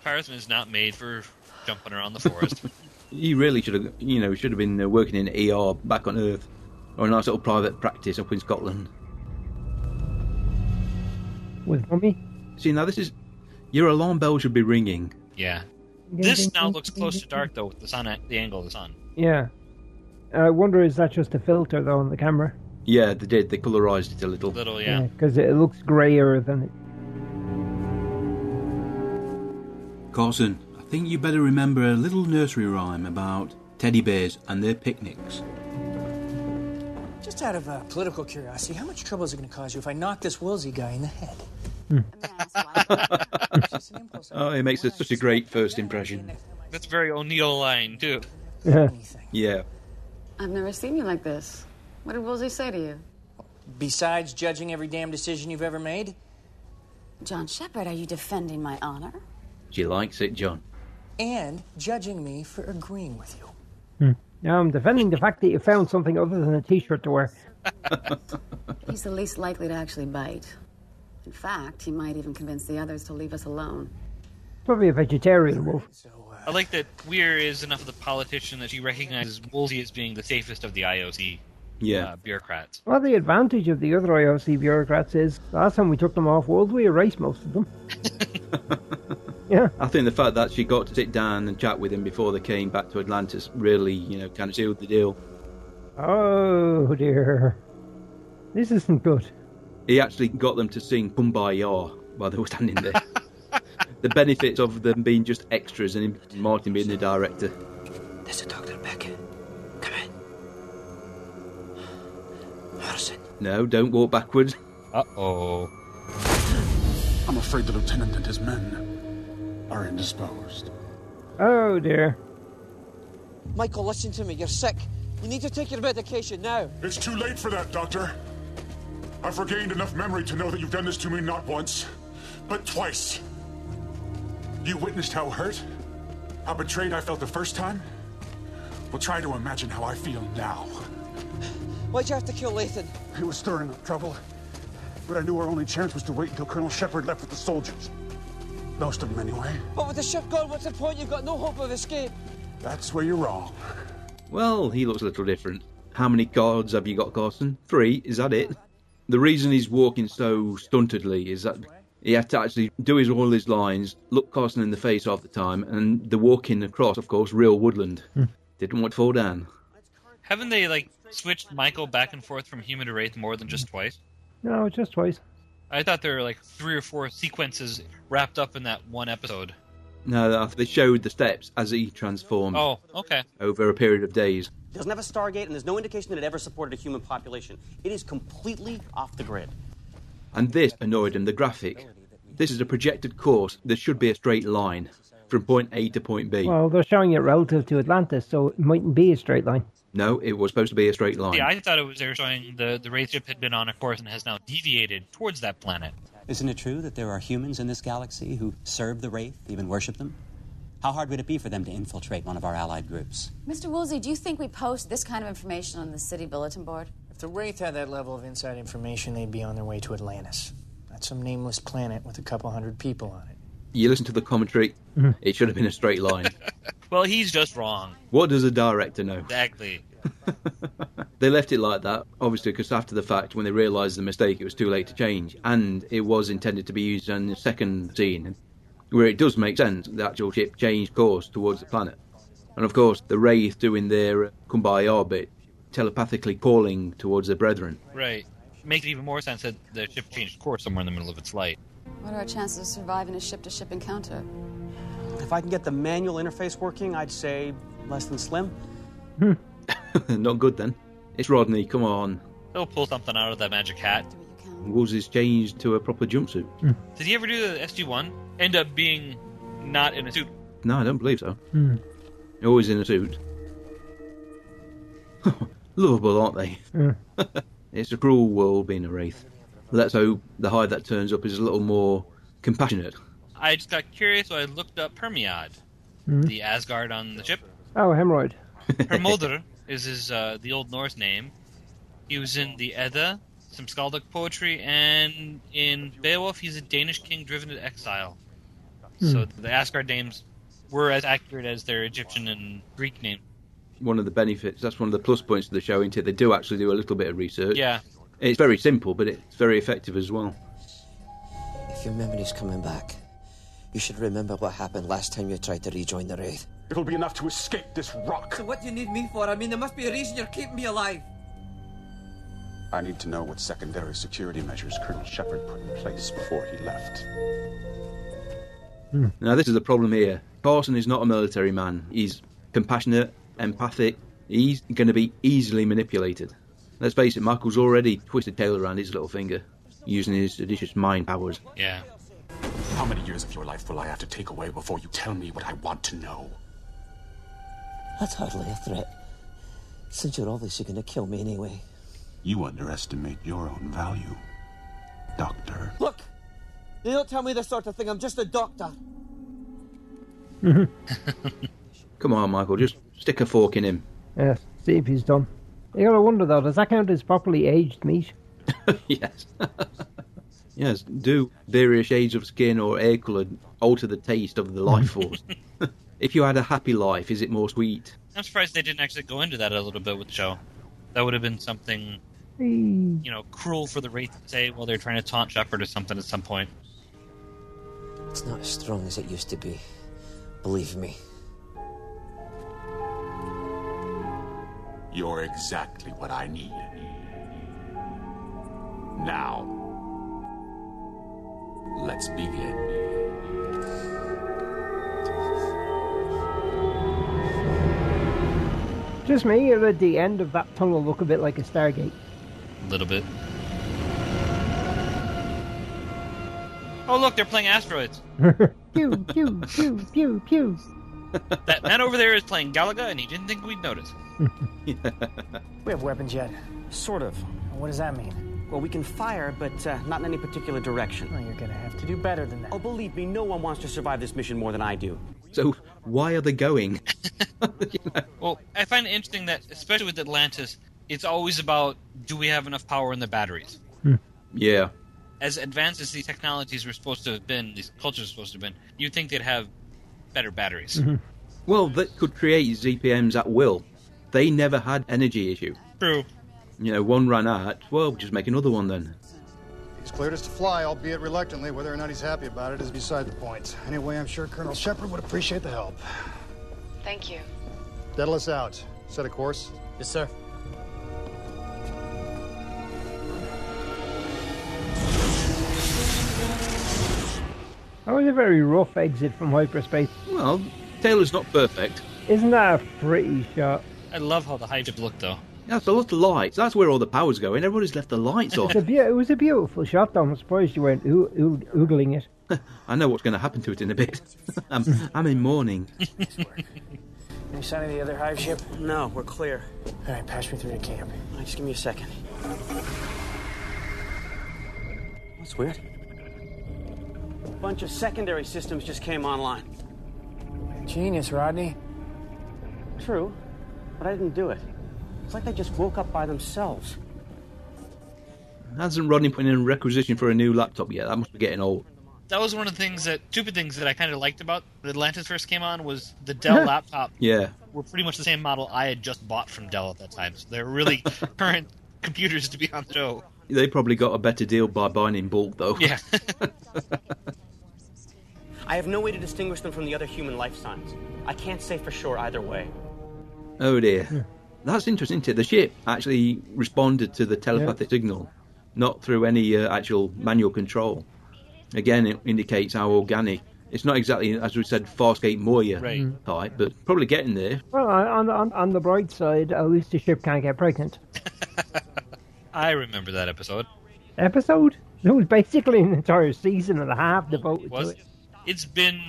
Speaker 4: Pirates is not made for jumping around the forest.
Speaker 3: He really should have, you know, should have been uh, working in ER back on Earth, or a nice little private practice up in Scotland.
Speaker 2: With mummy?
Speaker 3: See, now this is your alarm bell should be ringing.
Speaker 4: Yeah. this now looks close to dark though, with the sun at the angle of the sun.
Speaker 2: Yeah. I wonder, is that just a filter, though, on the camera?
Speaker 3: Yeah, they did. They colorized it a little.
Speaker 4: Little,
Speaker 2: Because it looks grayer than it.
Speaker 5: Carson, I think you better remember a little nursery rhyme about teddy bears and their picnics.
Speaker 16: Just out of uh, political curiosity, how much trouble is it going to cause you if I knock this Woolsey guy in the head?
Speaker 3: oh, it makes us such a great first impression.
Speaker 4: That's very O'Neill line too.
Speaker 3: Yeah.
Speaker 17: I've never seen you like this. What did Woolsey say to you?
Speaker 16: Besides judging every damn decision you've ever made?
Speaker 17: John Shepard, are you defending my honor?
Speaker 3: She likes it, John.
Speaker 16: And judging me for agreeing with you.
Speaker 2: Now I'm defending the fact that you found something other than a t-shirt to wear.
Speaker 17: He's the least likely to actually bite. In fact, he might even convince the others to leave us alone.
Speaker 2: Probably a vegetarian wolf.
Speaker 4: I like that Weir is enough of the politician that she recognizes Woolsey as being the safest of the IOC
Speaker 3: Yeah.
Speaker 4: uh, bureaucrats.
Speaker 2: Well, the advantage of the other IOC bureaucrats is last time we took them off world, we erased most of them. yeah.
Speaker 3: I think the fact that she got to sit down and chat with him before they came back to Atlantis really, you know, kind of sealed the deal.
Speaker 2: Oh dear. This isn't good.
Speaker 3: He actually got them to sing Kumbaya while they were standing there. the benefits of them being just extras and him- Martin being the director.
Speaker 22: There's a doctor back. Come in. Morrison.
Speaker 3: No, don't walk backwards.
Speaker 4: Uh oh.
Speaker 13: I'm afraid the lieutenant and his men are indisposed.
Speaker 2: Oh dear.
Speaker 12: Michael, listen to me. You're sick. You need to take your medication now.
Speaker 13: It's too late for that, Doctor. I've regained enough memory to know that you've done this to me not once, but twice. You witnessed how hurt, how betrayed I felt the first time. Well, try to imagine how I feel now.
Speaker 12: Why'd you have to kill Lathan?
Speaker 13: He was stirring up trouble, but I knew our only chance was to wait until Colonel Shepard left with the soldiers. Most of them, anyway.
Speaker 12: But with the ship gone, what's the point? You've got no hope of escape.
Speaker 13: That's where you're wrong.
Speaker 3: Well, he looks a little different. How many cards have you got, Carson? Three, is that it? The reason he's walking so stuntedly is that he had to actually do his all his lines, look Carson in the face half the time, and the walking across, of course, real woodland. Didn't want to fall down.
Speaker 4: Haven't they like switched Michael back and forth from human to wraith more than just twice?
Speaker 2: No, just twice.
Speaker 4: I thought there were like three or four sequences wrapped up in that one episode.
Speaker 3: No, they showed the steps as he transformed
Speaker 4: Oh, okay.
Speaker 3: over a period of days.
Speaker 11: Doesn't have a Stargate, and there's no indication that it ever supported a human population. It is completely off the grid.
Speaker 3: And this annoyed him, the graphic. This is a projected course. There should be a straight line from point A to point B.
Speaker 2: Well, they're showing it relative to Atlantis, so it mightn't be a straight line.
Speaker 3: No, it was supposed to be a straight line.
Speaker 4: Yeah, I thought it was they were showing the the wraith ship had been on a course and has now deviated towards that planet.
Speaker 18: Isn't it true that there are humans in this galaxy who serve the Wraith, even worship them? How hard would it be for them to infiltrate one of our allied groups?
Speaker 17: Mr. Woolsey, do you think we post this kind of information on the city bulletin board?
Speaker 16: If the Wraith had that level of inside information, they'd be on their way to Atlantis. Not some nameless planet with a couple hundred people on it.
Speaker 3: You listen to the commentary, it should have been a straight line.
Speaker 4: Well, he's just wrong.
Speaker 3: what does a director know?
Speaker 4: Exactly.
Speaker 3: They left it like that, obviously, because after the fact, when they realised the mistake, it was too late to change, and it was intended to be used in the second scene, where it does make sense the actual ship changed course towards the planet. And of course, the Wraith doing their uh, Kumbaya bit, telepathically calling towards their brethren.
Speaker 4: Right. Makes even more sense that the ship changed course somewhere in the middle of its light.
Speaker 17: What are our chances of surviving a ship to ship encounter?
Speaker 11: If I can get the manual interface working, I'd say less than slim.
Speaker 3: Not good then. It's Rodney, come on.
Speaker 4: He'll pull something out of that magic hat.
Speaker 3: Woolsey's changed to a proper jumpsuit.
Speaker 4: Did he ever do the SG one? End up being not in a suit.
Speaker 3: No, I don't believe so. Always in a suit. Lovable, aren't they?
Speaker 2: Yeah.
Speaker 3: it's a cruel world being a wraith. Let's hope the hide that turns up is a little more compassionate.
Speaker 4: I just got curious, so I looked up Permiad, the Asgard on the ship.
Speaker 2: Oh, hemorrhoid.
Speaker 4: Hermodr is his uh, the old Norse name. He was in the Edda, some skaldic poetry, and in Beowulf, he's a Danish king driven to exile. So the Asgard names were as accurate as their Egyptian and Greek names.
Speaker 3: One of the benefits, that's one of the plus points of the show, isn't it? They do actually do a little bit of research.
Speaker 4: Yeah.
Speaker 3: It's very simple, but it's very effective as well.
Speaker 22: If your memory's coming back, you should remember what happened last time you tried to rejoin the Wraith.
Speaker 13: It'll be enough to escape this rock.
Speaker 22: So what do you need me for? I mean, there must be a reason you're keeping me alive.
Speaker 13: I need to know what secondary security measures Colonel Shepard put in place before he left.
Speaker 3: Now, this is the problem here. Carson is not a military man. He's compassionate, empathic. He's going to be easily manipulated. Let's face it, Michael's already twisted tail around his little finger, using his seditious mind powers.
Speaker 4: Yeah.
Speaker 13: How many years of your life will I have to take away before you tell me what I want to know?
Speaker 12: That's hardly a threat. Since you're obviously going to kill me anyway.
Speaker 13: You underestimate your own value, Doctor.
Speaker 12: Look! You don't tell me this sort of thing. I'm just a doctor.
Speaker 3: Come on, Michael, just stick a fork in him.
Speaker 2: Yeah, Uh, see if he's done. You gotta wonder though, does that count as properly aged meat?
Speaker 3: yes. yes, do various shades of skin or hair colour alter the taste of the life force? if you had a happy life, is it more sweet?
Speaker 4: I'm surprised they didn't actually go into that a little bit with the show. That would have been something,
Speaker 2: you
Speaker 4: know, cruel for the Wraith to say while they're trying to taunt Shepard or something at some point.
Speaker 12: It's not as strong as it used to be. Believe me.
Speaker 13: You're exactly what I need. Now, let's begin.
Speaker 2: Just me, you're at the end of that tunnel look a bit like a Stargate.
Speaker 4: A little bit. Oh, look, they're playing asteroids.
Speaker 2: pew, pew, pew, pew, pew.
Speaker 4: That man over there is playing Galaga, and he didn't think we'd notice.
Speaker 10: We have weapons yet. Sort of. What does that mean?
Speaker 11: Well, we can fire, but uh, not in any particular direction.
Speaker 10: Oh, you're gonna have to do better than that.
Speaker 11: Oh, believe me, no one wants to survive this mission more than I do.
Speaker 3: So, why are they going?
Speaker 4: Well, I find it interesting that, especially with Atlantis, it's always about do we have enough power in the batteries?
Speaker 3: Yeah.
Speaker 4: As advanced as these technologies were supposed to have been, these cultures were supposed to have been, you'd think they'd have better batteries.
Speaker 3: Well, that could create ZPMs at will. They never had energy issue.
Speaker 4: True.
Speaker 3: You know, one ran out. Well, just make another one then.
Speaker 20: He's cleared us to fly, albeit reluctantly. Whether or not he's happy about it is beside the point. Anyway, I'm sure Colonel Shepard would appreciate the help.
Speaker 6: Thank you.
Speaker 20: Daedalus out. Set a course. Yes, sir.
Speaker 2: That was a very rough exit from hyperspace.
Speaker 3: Well, Taylor's not perfect.
Speaker 2: Isn't that a pretty shot?
Speaker 4: I love how the hype looked, though.
Speaker 3: That's a lot of lights. That's where all the power's going. Everybody's left the lights
Speaker 2: It's a
Speaker 3: on.
Speaker 2: beau- it was a beautiful shot, though. I'm surprised you weren't oo- oo- oogling it.
Speaker 3: I know what's going to happen to it in a bit. I'm, I'm in mourning.
Speaker 10: Any sign of the other hive ship?
Speaker 11: No, we're clear.
Speaker 10: All right, pass me through to camp.
Speaker 11: All right, just give me a second. That's weird. A bunch of secondary systems just came online.
Speaker 10: Genius, Rodney.
Speaker 11: True, but I didn't do it. It's like they just woke up by themselves.
Speaker 3: Hasn't Rodney put in a requisition for a new laptop yet? That must be getting old.
Speaker 4: That was one of the things that, stupid things that I kind of liked about when Atlantis first came on was the Dell laptop
Speaker 3: Yeah.
Speaker 4: were pretty much the same model I had just bought from Dell at that time. So they're really current computers to be on the show.
Speaker 3: They probably got a better deal by buying in bulk, though.
Speaker 4: Yeah.
Speaker 11: I have no way to distinguish them from the other human life signs. I can't say for sure either way.
Speaker 3: oh dear. That's interesting, too. The ship actually responded to the telepathic signal, not through any uh, actual manual control. Again, it indicates how organic. It's not exactly, as we said, Farscape Moya
Speaker 2: Right. Mm.
Speaker 3: type, but probably getting there.
Speaker 2: Well, on, on, on the bright side, at least the ship can't get pregnant.
Speaker 4: I remember that episode.
Speaker 2: Episode? It was basically an entire season and a half devoted
Speaker 4: Was
Speaker 2: to it.
Speaker 4: it's been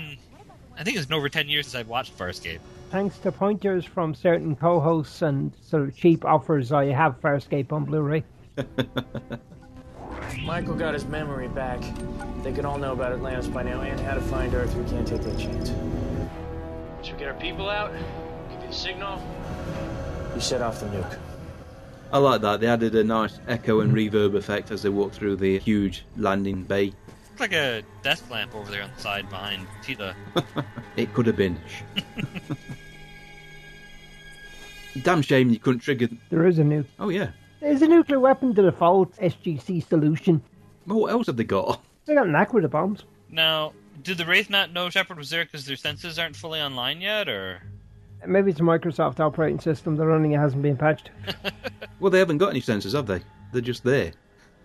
Speaker 4: I think it's been over ten years since I've watched Farscape.
Speaker 2: Thanks to pointers from certain co hosts and sort of cheap offers, I have Farscape on Blu ray.
Speaker 10: Michael got his memory back. They could all know about Atlantis by now and how to find Earth. We can't take that chance.
Speaker 23: Should we get our people out? Give you the signal?
Speaker 10: You set off the nuke.
Speaker 3: I like that. They added a nice echo and reverb effect as they walked through the huge landing bay.
Speaker 4: It's like a desk lamp over there on the side behind Tita.
Speaker 3: It could have been. Damn shame you couldn't trigger.
Speaker 2: There is a nuke.
Speaker 3: Oh, yeah.
Speaker 2: There's a nuclear weapon to the fault SGC solution.
Speaker 3: Well, what else have they got?
Speaker 2: They got an aqua bombs.
Speaker 4: Now, did the Wraith not know Shepard was there because their senses aren't fully online yet, or
Speaker 2: Maybe it's a Microsoft operating system they're running, it hasn't been patched.
Speaker 3: Well, they haven't got any sensors, have they? They're just there.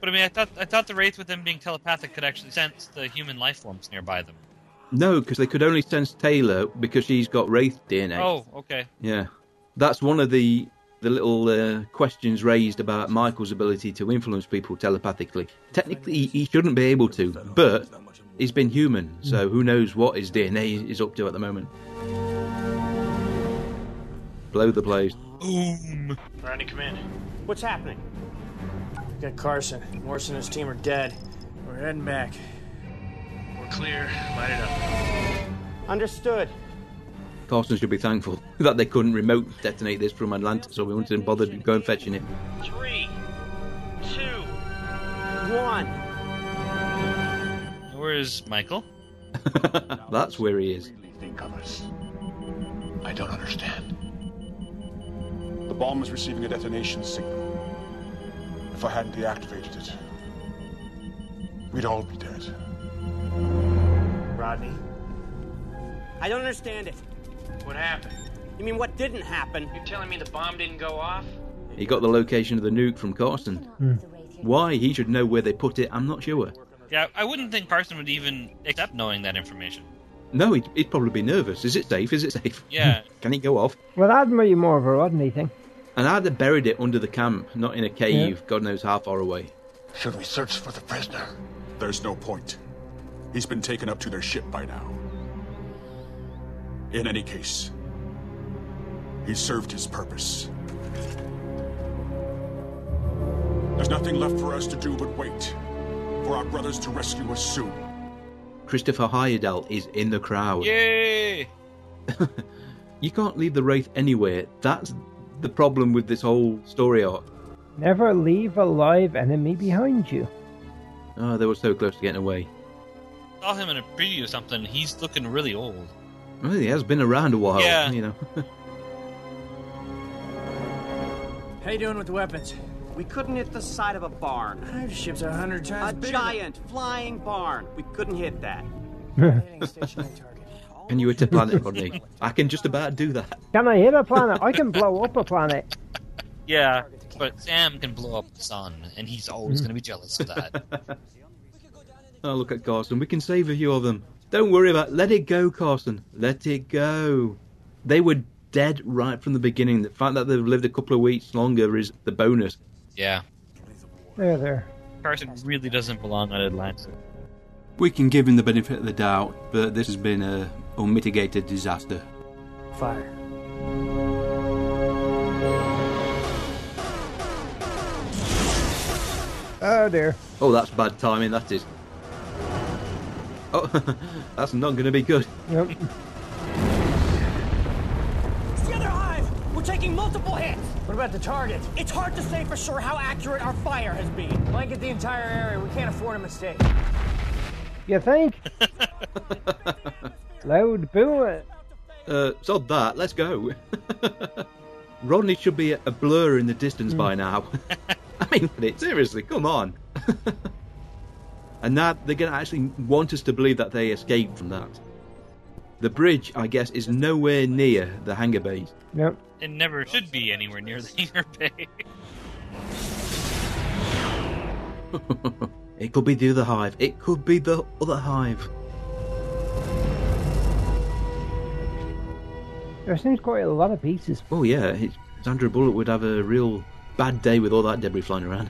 Speaker 4: But I mean, I thought I thought the Wraith with them being telepathic could actually sense the human life forms nearby them.
Speaker 3: No, because they could only sense Taylor because she's got Wraith DNA.
Speaker 4: Oh, okay.
Speaker 3: Yeah. That's one of the the little uh, questions raised about Michael's ability to influence people telepathically. Technically, he shouldn't be able to, but he's been human, so who knows what his DNA is up to at the moment. Blow the place.
Speaker 4: Boom.
Speaker 11: Brownie, come in.
Speaker 16: What's happening? Got Carson. Morse and his team are dead. We're heading back.
Speaker 23: We're clear. Light it up.
Speaker 11: Understood.
Speaker 3: Carson should be thankful that they couldn't remote detonate this from Atlanta, so we wouldn't have bothered to go and fetching it.
Speaker 11: Three, two, one.
Speaker 4: Where is Michael?
Speaker 3: That's where he is.
Speaker 13: Think of us. I don't understand. The bomb is receiving a detonation signal. If I hadn't deactivated it, we'd all be dead.
Speaker 11: Rodney. I don't understand it.
Speaker 23: What happened?
Speaker 11: You mean what didn't happen?
Speaker 23: You're telling me the bomb didn't go off?
Speaker 3: He got the location of the nuke from Carson. Why he should know where they put it, I'm not sure.
Speaker 4: Yeah, I wouldn't think Carson would even accept knowing that information.
Speaker 3: No, he'd, he'd probably be nervous. Is it safe? Is it safe?
Speaker 4: Yeah.
Speaker 3: Can it go off?
Speaker 2: Well, that'd be more of a Rodney thing.
Speaker 3: And I'd have buried it under the camp, not in a cave, God knows how far away.
Speaker 13: Should we search for the prisoner?
Speaker 8: There's no point. He's been taken up to their ship by now. In any case, he served his purpose. There's nothing left for us to do but wait for our brothers to rescue us soon.
Speaker 3: Christopher Heyerdahl is in the crowd.
Speaker 4: Yay!
Speaker 3: You can't leave the Wraith anywhere. That's the problem with this whole story arc.
Speaker 2: Never leave a live enemy behind you.
Speaker 3: Oh, they were so close to getting away.
Speaker 4: Saw him in a preview or something. He's looking really old.
Speaker 3: Well, he has been around a while,
Speaker 4: Yeah.
Speaker 3: you know.
Speaker 11: How you doing with the weapons? We couldn't hit the side of a barn.
Speaker 16: I've shipped a hundred times.
Speaker 11: a giant flying barn. We couldn't hit that.
Speaker 3: Can you hit a planet, Rodney? I can just about do that.
Speaker 2: Can I hit a planet? I can blow up a planet.
Speaker 4: Yeah. But Sam can blow up the sun, and he's always going to be jealous of that.
Speaker 3: Oh, look at Carson. We can save a few of them. Don't worry about Let it go, Carson. Let it go. They were dead right from the beginning. The fact that they've lived a couple of weeks longer is the bonus.
Speaker 4: yeah.
Speaker 2: There, there.
Speaker 4: Carson really doesn't belong on Atlanta.
Speaker 5: We can give him the benefit of the doubt, but this has been a unmitigated disaster.
Speaker 16: Fire.
Speaker 2: Oh dear.
Speaker 3: Oh, that's bad timing, that is. Oh, that's not going to be good.
Speaker 2: Yep.
Speaker 11: It's the other hive. We're taking multiple hits. What about the target? It's hard to say for sure how accurate our fire has been.
Speaker 16: Blanket the entire area. We can't afford a mistake.
Speaker 2: You think? Load bullet.
Speaker 3: Uh, sod that. Let's go. Rodney should be a blur in the distance by now. I mean, it- seriously, come on. and now they're going to actually want us to believe that they escaped from that. The bridge, I guess, is nowhere near the hangar base.
Speaker 2: Yep.
Speaker 4: It never should be anywhere near the hangar bay.
Speaker 3: It could be the other hive. It could be the other hive.
Speaker 2: There seems quite a lot of pieces.
Speaker 3: Oh, yeah. it's- Sandra Bullock would have a real bad day with all that debris flying around.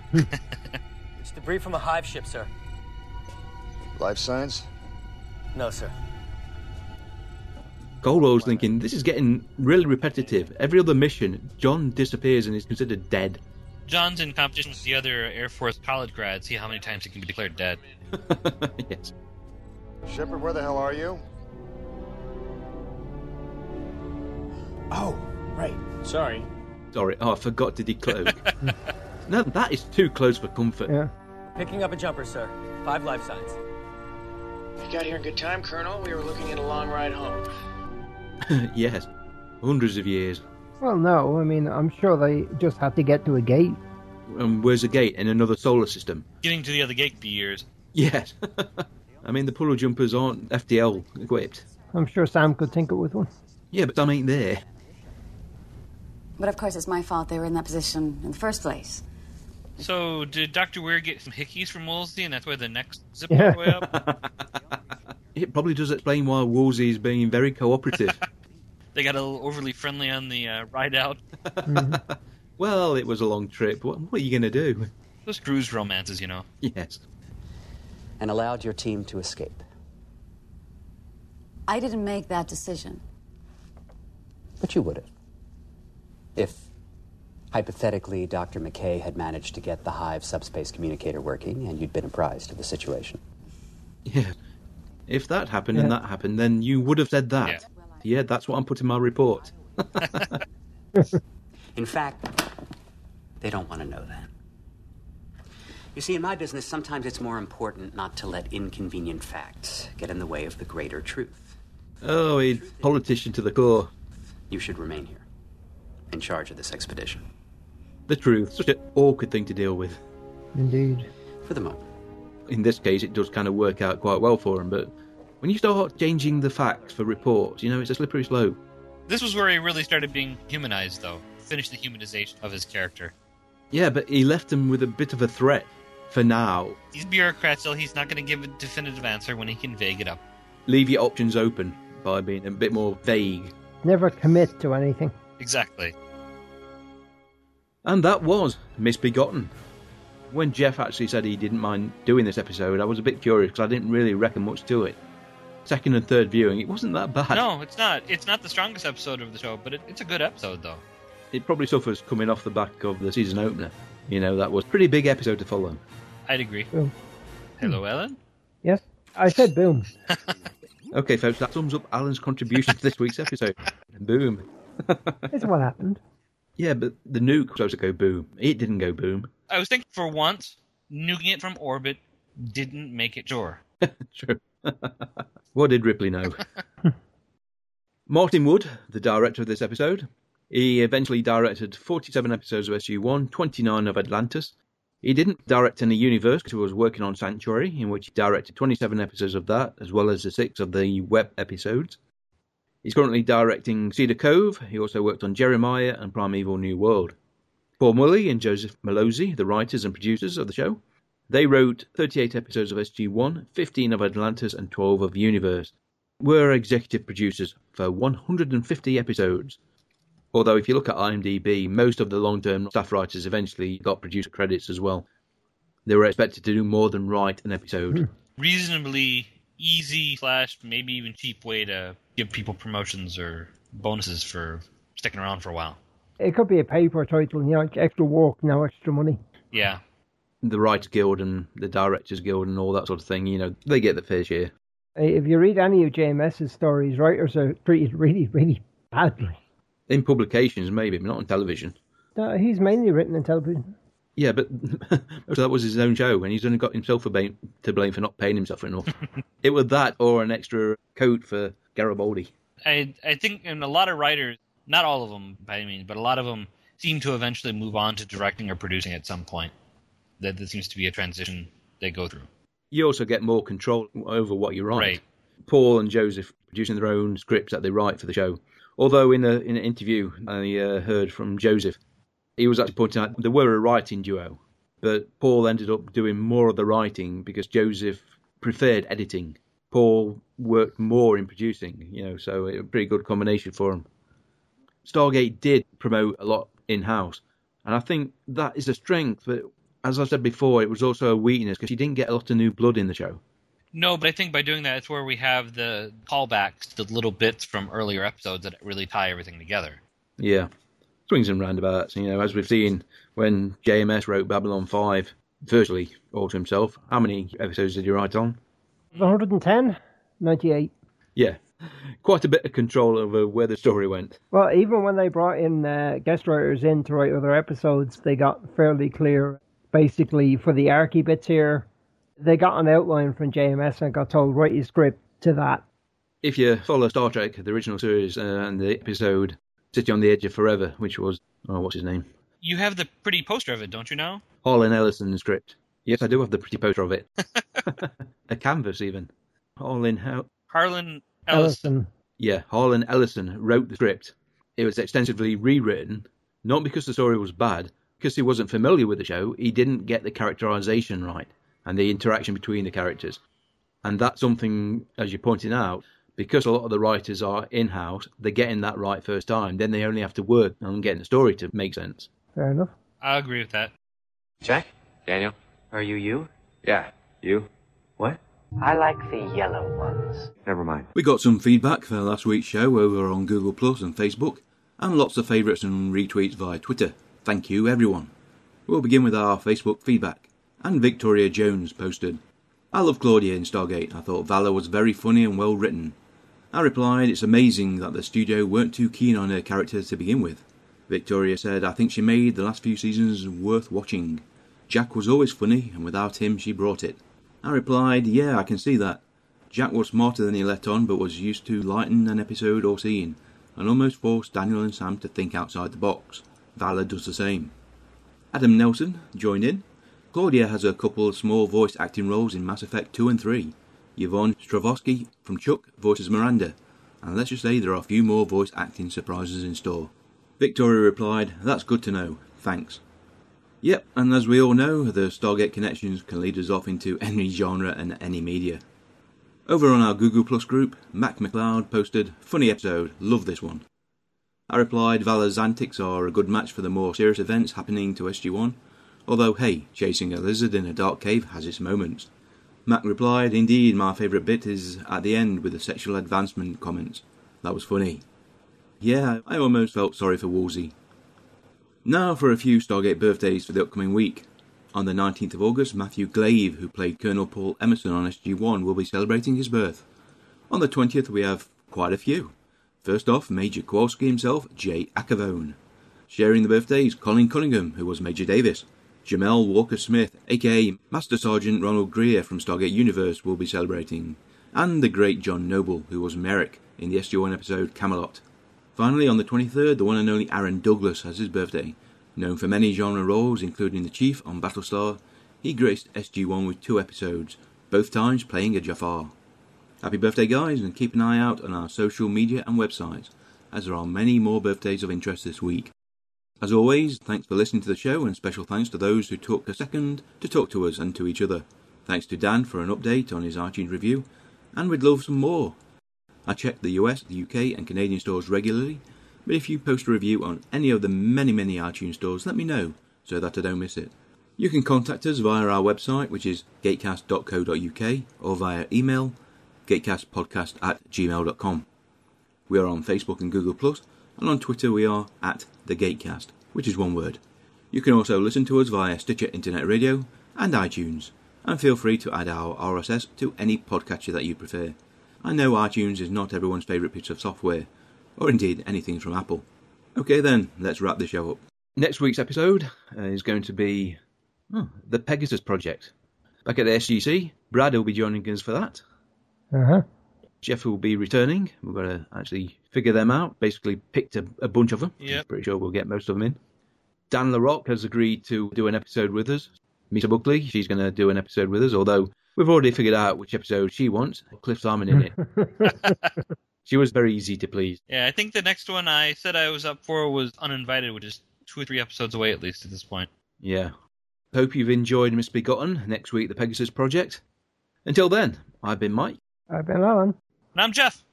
Speaker 7: It's debris from a hive ship, sir.
Speaker 20: Life signs?
Speaker 7: No, sir.
Speaker 3: Caldwell's thinking, this is getting really repetitive. Every other mission, John disappears and is considered dead.
Speaker 4: John's in competition with the other Air Force college grads. See how many times he can be declared dead.
Speaker 3: yes.
Speaker 20: Shepard, where the hell are you?
Speaker 16: Oh, right. Sorry.
Speaker 3: Sorry, oh, I forgot to decloak. no, that is too close for comfort.
Speaker 2: Yeah.
Speaker 7: Picking up a jumper, sir. Five life signs.
Speaker 23: You got here in good time, Colonel. We were looking at a long ride home.
Speaker 3: yes. Hundreds of years.
Speaker 2: Well, no. I mean, I'm sure they just had to get to a gate.
Speaker 3: And where's the gate? In another solar system.
Speaker 4: Getting to the other gate be years.
Speaker 3: Yes. I mean, the polo jumpers aren't FDL equipped.
Speaker 2: I'm sure Sam could tinker with one.
Speaker 3: Yeah, but Sam ain't there.
Speaker 17: But of course, it's my fault they were in that position in the first place.
Speaker 4: So did Doctor Weir get some hickeys from Wolsey, and that's why the next zip
Speaker 3: Yeah.
Speaker 4: way up?
Speaker 3: It probably does explain why Woolsey is being very cooperative.
Speaker 4: They got a little overly friendly on the uh, ride out.
Speaker 3: Well, it was a long trip. What, what are you going to do?
Speaker 4: Those cruise romances, you know.
Speaker 3: Yes.
Speaker 18: and allowed your team to escape.
Speaker 17: I didn't make that decision.
Speaker 18: But you would have. If, hypothetically, Dr. McKay had managed to get the Hive subspace communicator working and you'd been apprised of the situation.
Speaker 3: Yeah. If that happened and that happened, then you would have said that. Yeah, that's what I'm putting in my report.
Speaker 18: In fact, they don't want to know that. You see, in my business, sometimes it's more important not to let inconvenient facts get in the way of the greater truth.
Speaker 3: Oh, a politician to the core.
Speaker 18: You should remain here, in charge of this expedition.
Speaker 3: The truth. Such an awkward thing to deal with.
Speaker 2: Indeed.
Speaker 18: For the moment.
Speaker 3: In this case, it does kind of work out quite well for him, but when you start changing the facts for reports, you know, it's a slippery slope.
Speaker 4: This was where he really started being humanized, though. Finished the humanization of his character.
Speaker 3: Yeah, but he left him with a bit of a threat for now.
Speaker 4: He's a bureaucrat, so he's not going to give a definitive answer when he can vague it up.
Speaker 3: Leave your options open by being a bit more vague.
Speaker 2: Never commit to anything.
Speaker 4: Exactly.
Speaker 3: And that was Misbegotten. When Jeff actually said he didn't mind doing this episode, I was a bit curious because I didn't really reckon much to it. Second and third viewing, it wasn't that bad.
Speaker 4: No, it's not. It's not the strongest episode of the show, but it, it's a good episode, though.
Speaker 3: It probably suffers coming off the back of the season opener. You know, that was a pretty big episode to follow.
Speaker 4: I'd agree.
Speaker 2: Boom.
Speaker 4: Hello, Ellen.
Speaker 2: Yes? I said boom.
Speaker 3: Okay, folks, that sums up Alan's contribution to this week's episode. Boom.
Speaker 2: That's what happened.
Speaker 3: Yeah, but the nuke was supposed to go boom. It didn't go boom.
Speaker 4: I was thinking for once, nuking it from orbit didn't make it sure.
Speaker 3: True. what did Ripley know? Martin Wood, the director of this episode, he eventually directed 47 episodes of SU1, 29 of Atlantis. He didn't direct any universe because he was working on Sanctuary, in which he directed 27 episodes of that, as well as the six of the web episodes. He's currently directing Cedar Cove. He also worked on Jeremiah and Primeval New World. Paul Mully and Joseph Malozzi, the writers and producers of the show, they wrote 38 episodes of SG1, 15 of Atlantis, and 12 of Universe. Were executive producers for 150 episodes. Although, if you look at IMDb, most of the long term staff writers eventually got producer credits as well. They were expected to do more than write an episode.
Speaker 4: Reasonably easy slash maybe even cheap way to give people promotions or bonuses for sticking around for a while.
Speaker 2: It could be a paper title, you know, like extra work, no extra money.
Speaker 4: Yeah.
Speaker 3: The Writers Guild and the Directors Guild and all that sort of thing, you know, they get the fair share.
Speaker 2: Eh, If you read any of JMS's stories, writers are treated really, really badly.
Speaker 3: In publications, maybe, but not on television.
Speaker 2: No, he's mainly written in television.
Speaker 3: Yeah, but so that was his own show, and he's only got himself for blame, to blame for not paying himself enough. it was that or an extra coat for Garibaldi.
Speaker 4: I I think and a lot of writers, not all of them by any means, but a lot of them seem to eventually move on to directing or producing at some point. That there seems to be a transition they go through.
Speaker 3: You also get more control over what you write.
Speaker 4: Right.
Speaker 3: Paul and Joseph producing their own scripts that they write for the show. Although in a in an interview I uh, heard from Joseph, he was actually pointing out they were a writing duo, but Paul ended up doing more of the writing because Joseph preferred editing. Paul worked more in producing, you know, so it was a pretty good combination for him. Stargate did promote a lot in house, and I think that is a strength, but as I said before, it was also a weakness because you didn't get a lot of new blood in the show.
Speaker 4: No, but I think by doing that, it's where we have the callbacks, the little bits from earlier episodes that really tie everything together.
Speaker 3: Yeah. Swings and roundabouts, you know, as we've seen when JMS wrote Babylon 5, virtually all to himself. How many episodes did he write on?
Speaker 2: 110, 98.
Speaker 3: Yeah. Quite a bit of control over where the story went.
Speaker 2: Well, even when they brought in uh, guest writers in to write other episodes, they got fairly clear. Basically, for the archy bits here, they got an outline from JMS and got told write your script to that.
Speaker 3: If you follow Star Trek, the original series, uh, and the episode City on the Edge of Forever, which was, oh, what's his name?
Speaker 4: You have the pretty poster of it, don't you now?
Speaker 3: Harlan Ellison's script. Yes, I do have the pretty poster of it. a canvas, even. Harlan, Hel-
Speaker 4: Harlan Ellis.
Speaker 3: yeah, Harlan Ellison wrote the script. It was extensively rewritten, not because the story was bad, because he wasn't familiar with the show, he didn't get the characterization right and the interaction between the characters. And that's something, as you're pointing out, because a lot of the writers are in house, they're getting that right first time. Then they only have to work on getting the story to make sense.
Speaker 2: Fair enough.
Speaker 4: I agree with that.
Speaker 12: Jack? Daniel? Are you you? Yeah, you. What? I like the yellow ones. Never mind.
Speaker 3: We got some feedback for last week's show over on Google Plus and Facebook, and lots of favourites and retweets via Twitter. Thank you, everyone. We'll begin with our Facebook feedback, and Victoria Jones posted, I love Claudia in Stargate. I thought Valor was very funny and well written. I replied, It's amazing that the studio weren't too keen on her character to begin with. Victoria said, I think she made the last few seasons worth watching. Jack was always funny, and without him, she brought it. I replied, Yeah, I can see that. Jack was smarter than he let on, but was used to lighten an episode or scene, and almost forced Daniel and Sam to think outside the box. Valor does the same. Adam Nelson joined in. Claudia has a couple of small voice acting roles in Mass Effect 2 and 3. Yvonne Stravosky from Chuck voices Miranda, and let's just say there are a few more voice acting surprises in store. Victoria replied, That's good to know, thanks. Yep, and as we all know, the Stargate connections can lead us off into any genre and any media. Over on our Google Plus group, Mac McLeod posted, Funny episode, love this one. I replied, Valor's antics are a good match for the more serious events happening to SG1, although hey, chasing a lizard in a dark cave has its moments. Mac replied, Indeed, my favourite bit is at the end with the sexual advancement comments. That was funny. Yeah, I almost felt sorry for Wolsey. Now for a few Stargate birthdays for the upcoming week. On the 19th of August, Matthew Glave, who played Colonel Paul Emerson on SG1, will be celebrating his birth. On the 20th, we have quite a few. First off, Major Kowalski himself, Jay Acavone. Sharing the birthday is Colin Cunningham, who was Major Davis. Jamel Walker Smith, aka Master Sergeant Ronald Greer from Stargate Universe, will be celebrating. And the great John Noble, who was Merrick in the SG1 episode Camelot. Finally, on the 23rd, the one and only Aaron Douglas has his birthday. Known for many genre roles, including the Chief on Battlestar, he graced SG1 with two episodes, both times playing a Jafar. Happy birthday, guys, and keep an eye out on our social media and websites, as there are many more birthdays of interest this week. As always, thanks for listening to the show, and special thanks to those who took a second to talk to us and to each other. Thanks to Dan for an update on his iTunes review, and we'd love some more. I check the US, the UK, and Canadian stores regularly, but if you post a review on any of the many, many iTunes stores, let me know so that I don't miss it. You can contact us via our website, which is gatecast.co.uk, or via email, gatecastpodcast at gmail.com. We are on Facebook and Google, Plus, and on Twitter we are at the Gatecast, which is one word. You can also listen to us via Stitcher Internet Radio and iTunes, and feel free to add our RSS to any podcatcher that you prefer. I know iTunes is not everyone's favourite piece of software, or indeed anything from Apple. Okay then, let's wrap the show up. Next week's episode uh, is going to be oh, the Pegasus Project. Back at the SGC, Brad will be joining us for that.
Speaker 2: Uh huh.
Speaker 3: Jeff will be returning. We've got to actually figure them out. Basically, picked a, a bunch of them.
Speaker 4: Yep.
Speaker 3: Pretty sure we'll get most of them in. Dan LaRock has agreed to do an episode with us. Misa Buckley, she's going to do an episode with us, although we've already figured out which episode she wants. Cliff Simon in it. she was very easy to please.
Speaker 4: Yeah, I think the next one I said I was up for was Uninvited, which is two or three episodes away at least at this point.
Speaker 3: Yeah. Hope you've enjoyed Misbegotten. Next week, the Pegasus Project. Until then, I've been Mike.
Speaker 2: I've been Alan.
Speaker 4: And I'm Jeff.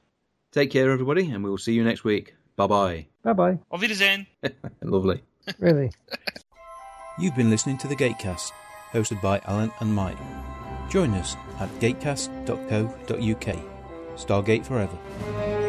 Speaker 3: Take care, everybody, and we'll see you next week. Bye bye.
Speaker 2: Bye bye.
Speaker 4: Auf Wiedersehen.
Speaker 3: Lovely.
Speaker 2: Really.
Speaker 3: You've been listening to The Gatecast, hosted by Alan and Mike. Join us at gatecast.co.uk. Stargate Forever.